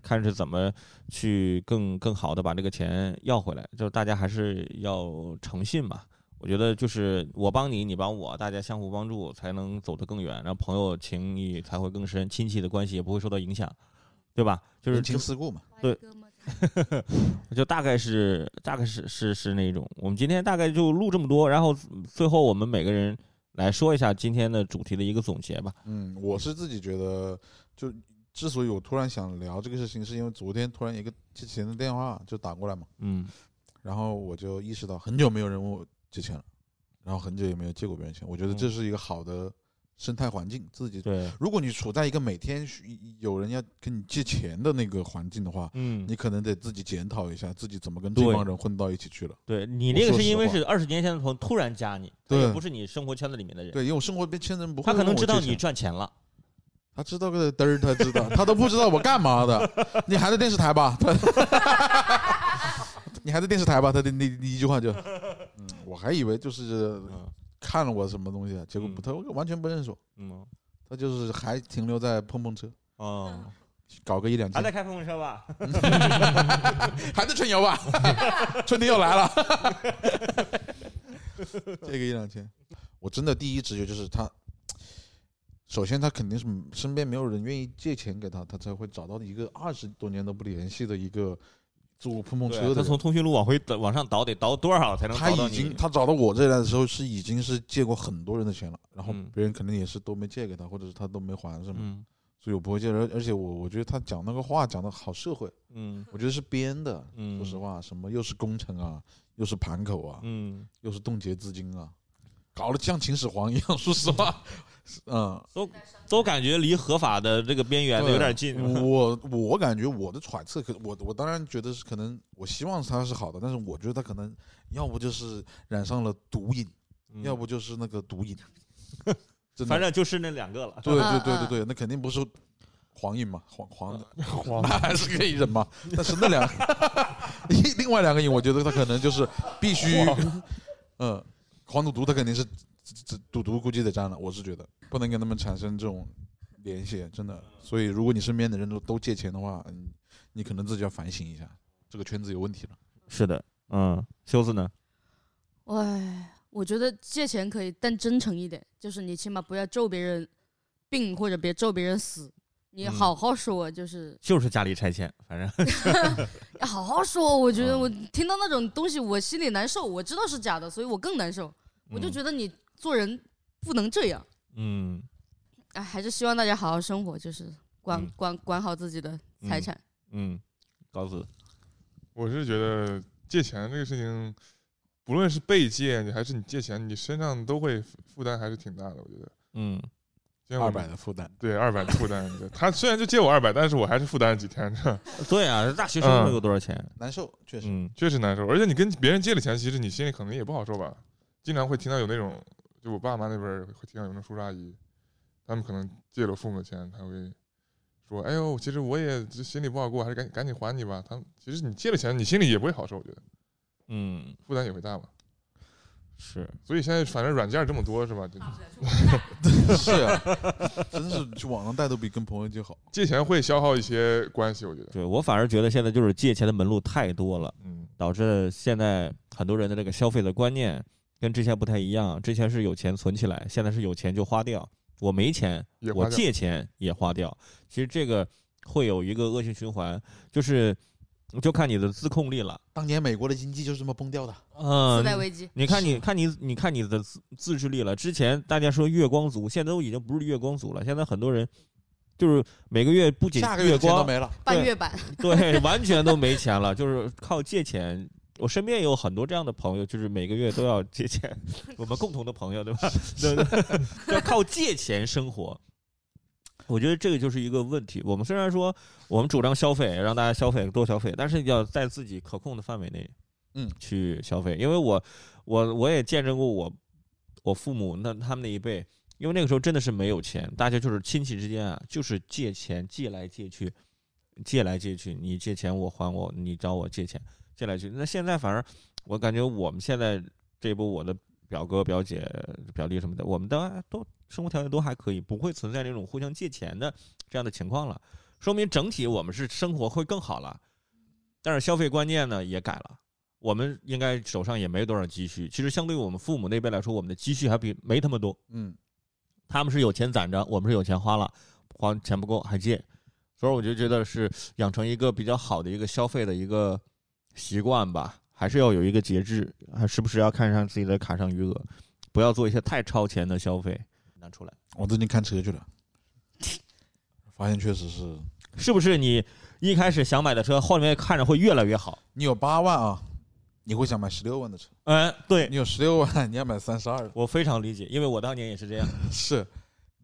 [SPEAKER 3] 看是怎么去更更好的把这个钱要回来。就是大家还是要诚信吧。我觉得就是我帮你，你帮我，大家相互帮助才能走得更远，然后朋友情谊才会更深，亲戚的关系也不会受到影响，对吧？就是
[SPEAKER 2] 人情世故嘛。
[SPEAKER 3] 对，就大概是大概是是是那种。我们今天大概就录这么多，然后最后我们每个人来说一下今天的主题的一个总结吧。
[SPEAKER 2] 嗯，我是自己觉得，就之所以我突然想聊这个事情，是因为昨天突然一个借钱的电话就打过来嘛，
[SPEAKER 3] 嗯
[SPEAKER 2] 然后我就意识到很久没有人问我借钱了，然后很久也没有借过别人钱，我觉得这
[SPEAKER 3] 嗯
[SPEAKER 2] 是一个好的生态环境，自己。
[SPEAKER 3] 对，
[SPEAKER 2] 如果你处在一个每天需有人要跟你借钱的那个环境的话，
[SPEAKER 3] 嗯
[SPEAKER 2] 你可能得自己检讨一下自己怎么跟这
[SPEAKER 3] 对
[SPEAKER 2] 帮人混到一起去了。
[SPEAKER 3] 对你
[SPEAKER 2] 我
[SPEAKER 3] 那个
[SPEAKER 2] 说
[SPEAKER 3] 是
[SPEAKER 2] 实
[SPEAKER 3] 因为
[SPEAKER 2] 话
[SPEAKER 3] 是二十年前的朋友突然加你，他
[SPEAKER 2] 对
[SPEAKER 3] 也不是你生活圈子里面的人，
[SPEAKER 2] 对，因为我生活边圈人不会
[SPEAKER 3] 他可
[SPEAKER 2] 问
[SPEAKER 3] 能
[SPEAKER 2] 我
[SPEAKER 3] 知道
[SPEAKER 2] 借
[SPEAKER 3] 你
[SPEAKER 2] 钱，
[SPEAKER 3] 赚钱了。
[SPEAKER 2] 他知道个嘚儿，他知道，他都不知道我干嘛的。你还在电视台吧？他 你还在电视台吧？他的那那一句话就，嗯，我还以为就是
[SPEAKER 3] 嗯
[SPEAKER 2] 看了我什么东西，啊结果不，
[SPEAKER 3] 嗯
[SPEAKER 2] 他完全不认识我，
[SPEAKER 3] 嗯
[SPEAKER 2] 他就是还停留在碰碰车，
[SPEAKER 3] 哦，
[SPEAKER 2] 搞个一两
[SPEAKER 3] 还
[SPEAKER 2] 千
[SPEAKER 3] 在，开碰碰车吧？
[SPEAKER 2] 还在春游吧？ 春天又来了， 这个一两千，我真的第一直觉就是他，首先他肯定是身边没有人愿意借钱给他，他才会找到一个二十多年都不联系的一个坐碰碰
[SPEAKER 3] 对啊
[SPEAKER 2] 车的
[SPEAKER 3] 他
[SPEAKER 2] 人。
[SPEAKER 3] 从通讯录往回倒往上倒得倒多少才能
[SPEAKER 2] 他
[SPEAKER 3] 倒到
[SPEAKER 2] 已
[SPEAKER 3] 你？
[SPEAKER 2] 经，他找到我这来的时候是已经是借过很多人的钱了，然后
[SPEAKER 3] 嗯
[SPEAKER 2] 别人肯定也是都没借给他，或者是他都没还什么，
[SPEAKER 3] 嗯
[SPEAKER 2] 所以我不会借。而而且我我觉得他讲那个话讲的好社会，
[SPEAKER 3] 嗯
[SPEAKER 2] 我觉得是编的，
[SPEAKER 3] 嗯，
[SPEAKER 2] 说实话，什么又是工程啊，又是盘口啊，
[SPEAKER 3] 嗯，
[SPEAKER 2] 又是冻结资金啊，搞得像秦始皇一样。说实 话，是嗯，
[SPEAKER 3] 都感觉离合法的这个边缘
[SPEAKER 2] 对
[SPEAKER 3] 有点近。
[SPEAKER 2] 我我感觉我的揣测，可我我当然觉得是可能，我希望他是好的，但是我觉得他可能要不就是染上了毒瘾，
[SPEAKER 3] 嗯
[SPEAKER 2] 要不就是那 个毒瘾，真的
[SPEAKER 3] 反正就是那两个了。
[SPEAKER 2] 对对
[SPEAKER 4] 嗯
[SPEAKER 2] 对
[SPEAKER 4] 嗯
[SPEAKER 2] 对对，那肯定不是黄瘾嘛，黄 黄的。
[SPEAKER 5] 黄
[SPEAKER 2] 那还是可以忍嘛。但是那两另外两个 瘾，我觉得他可能就是必须，嗯，黄赌毒他肯定是这赌毒估计得占了，我是觉得不能跟他们产生这种联系，真的。所以如果你身边的人都都借钱的话，嗯，你可能自己要反省一下，这个圈子有问题了。
[SPEAKER 3] 是的，嗯，修子呢？
[SPEAKER 4] 哎，我觉得借钱可以，但真诚一点，就是你起码不要咒别人病，或者别咒别人死。你
[SPEAKER 3] 嗯
[SPEAKER 4] 好好说，就是
[SPEAKER 3] 就是家里拆迁，反正
[SPEAKER 4] 要好好说。我觉得
[SPEAKER 3] 嗯
[SPEAKER 4] 我听到那种东西，我心里难受。我知道是假的，所以我更难受。我就觉得你做人不能这样。
[SPEAKER 3] 嗯
[SPEAKER 4] 哎，还是希望大家好好生活，就是管
[SPEAKER 3] 嗯
[SPEAKER 4] 管管好自己的财
[SPEAKER 3] 嗯
[SPEAKER 4] 产。
[SPEAKER 3] 嗯，高子，
[SPEAKER 5] 我是觉得借钱这个事情，不论是被借你还是你借钱，你身上都会负担还是挺大的。我觉得，
[SPEAKER 3] 嗯
[SPEAKER 5] 就像我
[SPEAKER 2] 二
[SPEAKER 5] 们
[SPEAKER 2] 百的负担，
[SPEAKER 5] 对二百负担，对他虽然就借我二百，但是我还是负担了几天，这
[SPEAKER 3] 对啊，大学生能有多少钱？
[SPEAKER 2] 难受，确实。
[SPEAKER 3] 嗯
[SPEAKER 5] 确实难受。而且你跟别人借了钱，其实你心里可能也不好受吧。经常会听到有那种，就我爸妈那边儿会听到有那种叔叔阿姨，他们可能借了父母的钱，他会说：“哎呦，其实我也这心里不好过，还是赶紧赶紧还你吧。”他们其实你借了钱，你心里也不会好受，我觉得
[SPEAKER 3] 嗯，
[SPEAKER 5] 负担也会大嘛。
[SPEAKER 3] 是
[SPEAKER 5] 所以现在反正软件这么多是吧？就
[SPEAKER 2] 是啊，真是去网上贷都比跟朋友借好。
[SPEAKER 5] 借钱会消耗一些关系，我觉得。
[SPEAKER 3] 对我反而觉得现在就是借钱的门路太多了，
[SPEAKER 5] 嗯，
[SPEAKER 3] 导致现在很多人的这个消费的观念跟之前不太一样，之前是有钱存起来，现在是有钱就花掉，我没钱
[SPEAKER 5] 也花
[SPEAKER 3] 我
[SPEAKER 5] 掉
[SPEAKER 3] 借钱也花掉，其实这个会有一个恶性循环，就是就看你的自控力了。
[SPEAKER 2] 当年美国的经济就是这么崩掉的，
[SPEAKER 4] 次
[SPEAKER 3] 嗯，
[SPEAKER 4] 贷危机，
[SPEAKER 3] 你看你，看你，你看你的自自制力了。之前大家说月光族，现在都已经不是月光族了。现在很多人就是每个月不仅
[SPEAKER 2] 下个月
[SPEAKER 3] 月
[SPEAKER 2] 的钱都
[SPEAKER 3] 光，
[SPEAKER 2] 没了。
[SPEAKER 4] 半
[SPEAKER 3] 对
[SPEAKER 4] 月板。
[SPEAKER 3] 对，完全都没钱了，就是靠借钱我身边也有很多这样的朋友，就是每个月都要借钱，我们共同的朋友对吧？对 对要靠借钱生活。我觉得这个就是一个问题。我们虽然说我们主张消费，让大家消费多消费，但是要在自己可控的范围内，
[SPEAKER 2] 嗯，
[SPEAKER 3] 去消费。因为我我我也见证过我我父母那他们那一辈，因为那个时候真的是没有钱，大家就是亲戚之间啊，就是借钱借来借去，借来借去，你借钱我还我，你找我借钱借来借去。那现在反而我感觉我们现在这一波我的表哥表姐表弟什么的，我们当然都生活条件都还可以，不会存在那种互相借钱的这样的情况了，说明整体我们是生活会更好了。但是消费观念呢也改了，我们应该手上也没多少积蓄。其实相对于我们父母那辈来说，我们的积蓄还比没他们多，
[SPEAKER 2] 嗯，
[SPEAKER 3] 他们是有钱攒着，我们是有钱花了，还钱不够还借，所以我就觉得是养成一个比较好的一个消费的一个习惯吧，还是要有一个节制，还时不时要看上自己的卡上余额，不要做一些太超前的消费，拿出来。
[SPEAKER 2] 我最近看车 去了，发现确实是，
[SPEAKER 3] 是不是你一开始想买的车，后面看着会越来越好？
[SPEAKER 2] 你有八万啊，你会想买十六万的车；
[SPEAKER 3] 嗯，对
[SPEAKER 2] 你有十六万，你要买三十二的。
[SPEAKER 3] 我非常理解，因为我当年也是这样。
[SPEAKER 2] 是，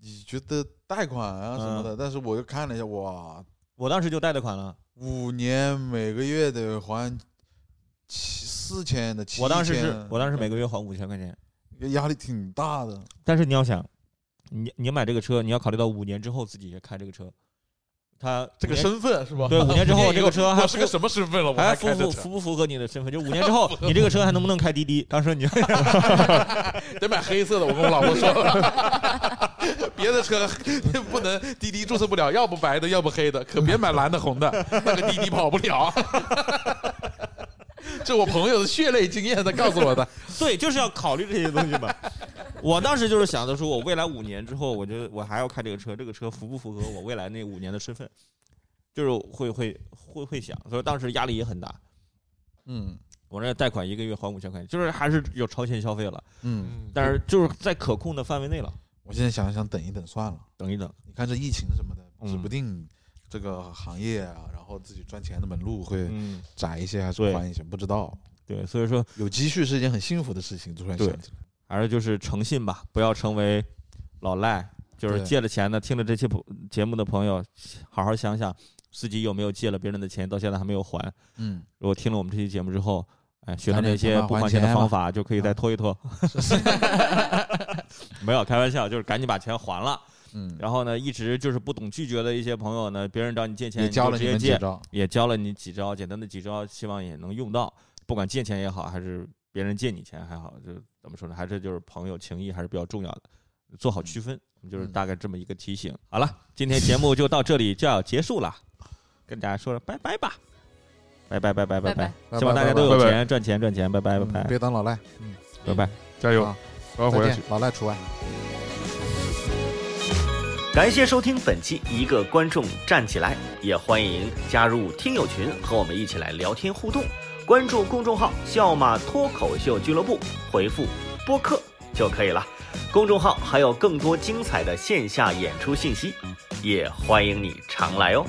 [SPEAKER 2] 你觉得贷款啊什么的，但是我又看了一下，哇，
[SPEAKER 3] 我当时就贷的款了，
[SPEAKER 2] 五年每个月得还七四千的，七千
[SPEAKER 3] 我当时是我当时每个月还五千块钱。
[SPEAKER 2] 压力挺大的。
[SPEAKER 3] 但是你要想，你你买这个车，你要考虑到五年之后自己也开这个车，他
[SPEAKER 2] 这个
[SPEAKER 3] 五年
[SPEAKER 2] 身份是吧？
[SPEAKER 3] 对五年之后这个车还
[SPEAKER 2] 我是个什么身份了？我
[SPEAKER 3] 还符
[SPEAKER 2] 开这
[SPEAKER 3] 不
[SPEAKER 2] 车，
[SPEAKER 3] 符不符合你的身份？就五年之 后，你这个车还能不能开滴滴？当时你
[SPEAKER 2] 得买黑色的。我跟我老婆说了，别的车不能滴滴注册不了，要不白的，要不黑的，可别买蓝的、红 的，那个滴滴跑不了。 这我朋友的血泪经验，他告诉我的。
[SPEAKER 3] 对，就是要考虑这些东西 嘛。我当时就是想着说，我未来五年之后，我觉得我还要开这个车，这个车符不符合我未来那五年的身份，就是会会会会想，所以当时压力也很大。
[SPEAKER 2] 嗯
[SPEAKER 3] 我这贷款一个月还五千块钱，就是还是有超前消费了，
[SPEAKER 2] 嗯，
[SPEAKER 5] 嗯，
[SPEAKER 3] 但是就是在可控的范围内了。
[SPEAKER 2] 我现在想一想，等一等算了。
[SPEAKER 3] 等一等，
[SPEAKER 2] 你看这疫情什么的，
[SPEAKER 3] 嗯
[SPEAKER 2] 指不定这个行业啊，然后自己赚钱的门路会
[SPEAKER 3] 嗯，
[SPEAKER 2] 窄一些还是
[SPEAKER 3] 对
[SPEAKER 2] 宽一些，不知道。
[SPEAKER 3] 对，所以说
[SPEAKER 2] 有积蓄是一件很幸福的事情。突然想
[SPEAKER 3] 对
[SPEAKER 2] 起来，
[SPEAKER 3] 还是就是诚信吧，不要成为老赖。就是
[SPEAKER 2] 对
[SPEAKER 3] 借了钱的，听了这期节目的朋友，好好想想自己有没有借了别人的钱，到现在还没有还。
[SPEAKER 2] 嗯，
[SPEAKER 3] 如果听了我们这期节目之后，哎，学
[SPEAKER 2] 赶
[SPEAKER 3] 到那
[SPEAKER 2] 紧
[SPEAKER 3] 些
[SPEAKER 2] 想办
[SPEAKER 3] 不
[SPEAKER 2] 法
[SPEAKER 3] 还
[SPEAKER 2] 还
[SPEAKER 3] 钱的
[SPEAKER 2] 钱嗯
[SPEAKER 3] 方
[SPEAKER 2] 吧
[SPEAKER 3] 法，就可以再拖一 拖。没有开玩笑，就是赶紧把钱还了。
[SPEAKER 2] 嗯，
[SPEAKER 3] 然后呢，一直就是不懂拒绝的一些朋友呢，别人找你借钱，
[SPEAKER 2] 也
[SPEAKER 3] 你就
[SPEAKER 2] 教了
[SPEAKER 3] 直
[SPEAKER 2] 你
[SPEAKER 3] 接
[SPEAKER 2] 们几
[SPEAKER 3] 借，
[SPEAKER 2] 招。
[SPEAKER 3] 也教了你几招简单的几招，希望也能用到。不管借钱也好，还是别人借你钱还好，就是怎么说呢，还是就是朋友情谊还是比较重要的，做好区分，就是
[SPEAKER 2] 嗯
[SPEAKER 3] 大概这么一个提醒。好了，今天节目就到这里就要结束了，跟大家说了拜拜吧，拜拜拜拜拜
[SPEAKER 4] 拜拜，
[SPEAKER 2] 拜
[SPEAKER 3] 希望大家
[SPEAKER 2] 拜
[SPEAKER 3] 都
[SPEAKER 5] 拜
[SPEAKER 3] 有
[SPEAKER 5] 拜
[SPEAKER 3] 钱赚钱赚钱，拜拜拜
[SPEAKER 2] 嗯
[SPEAKER 3] 拜
[SPEAKER 2] 别当老赖，嗯，
[SPEAKER 3] 拜拜。
[SPEAKER 5] 加油
[SPEAKER 2] 好，
[SPEAKER 5] 不要活
[SPEAKER 2] 再
[SPEAKER 5] 下去
[SPEAKER 2] 见。，老赖除外。
[SPEAKER 1] 感谢收听本期《一个观众站起来》，也欢迎加入听友群和我们一起来聊天互动。关注公众号“笑马脱口秀俱乐部”，回复“播客”就可以了。公众号还有更多精彩的线下演出信息，也欢迎你常来哦。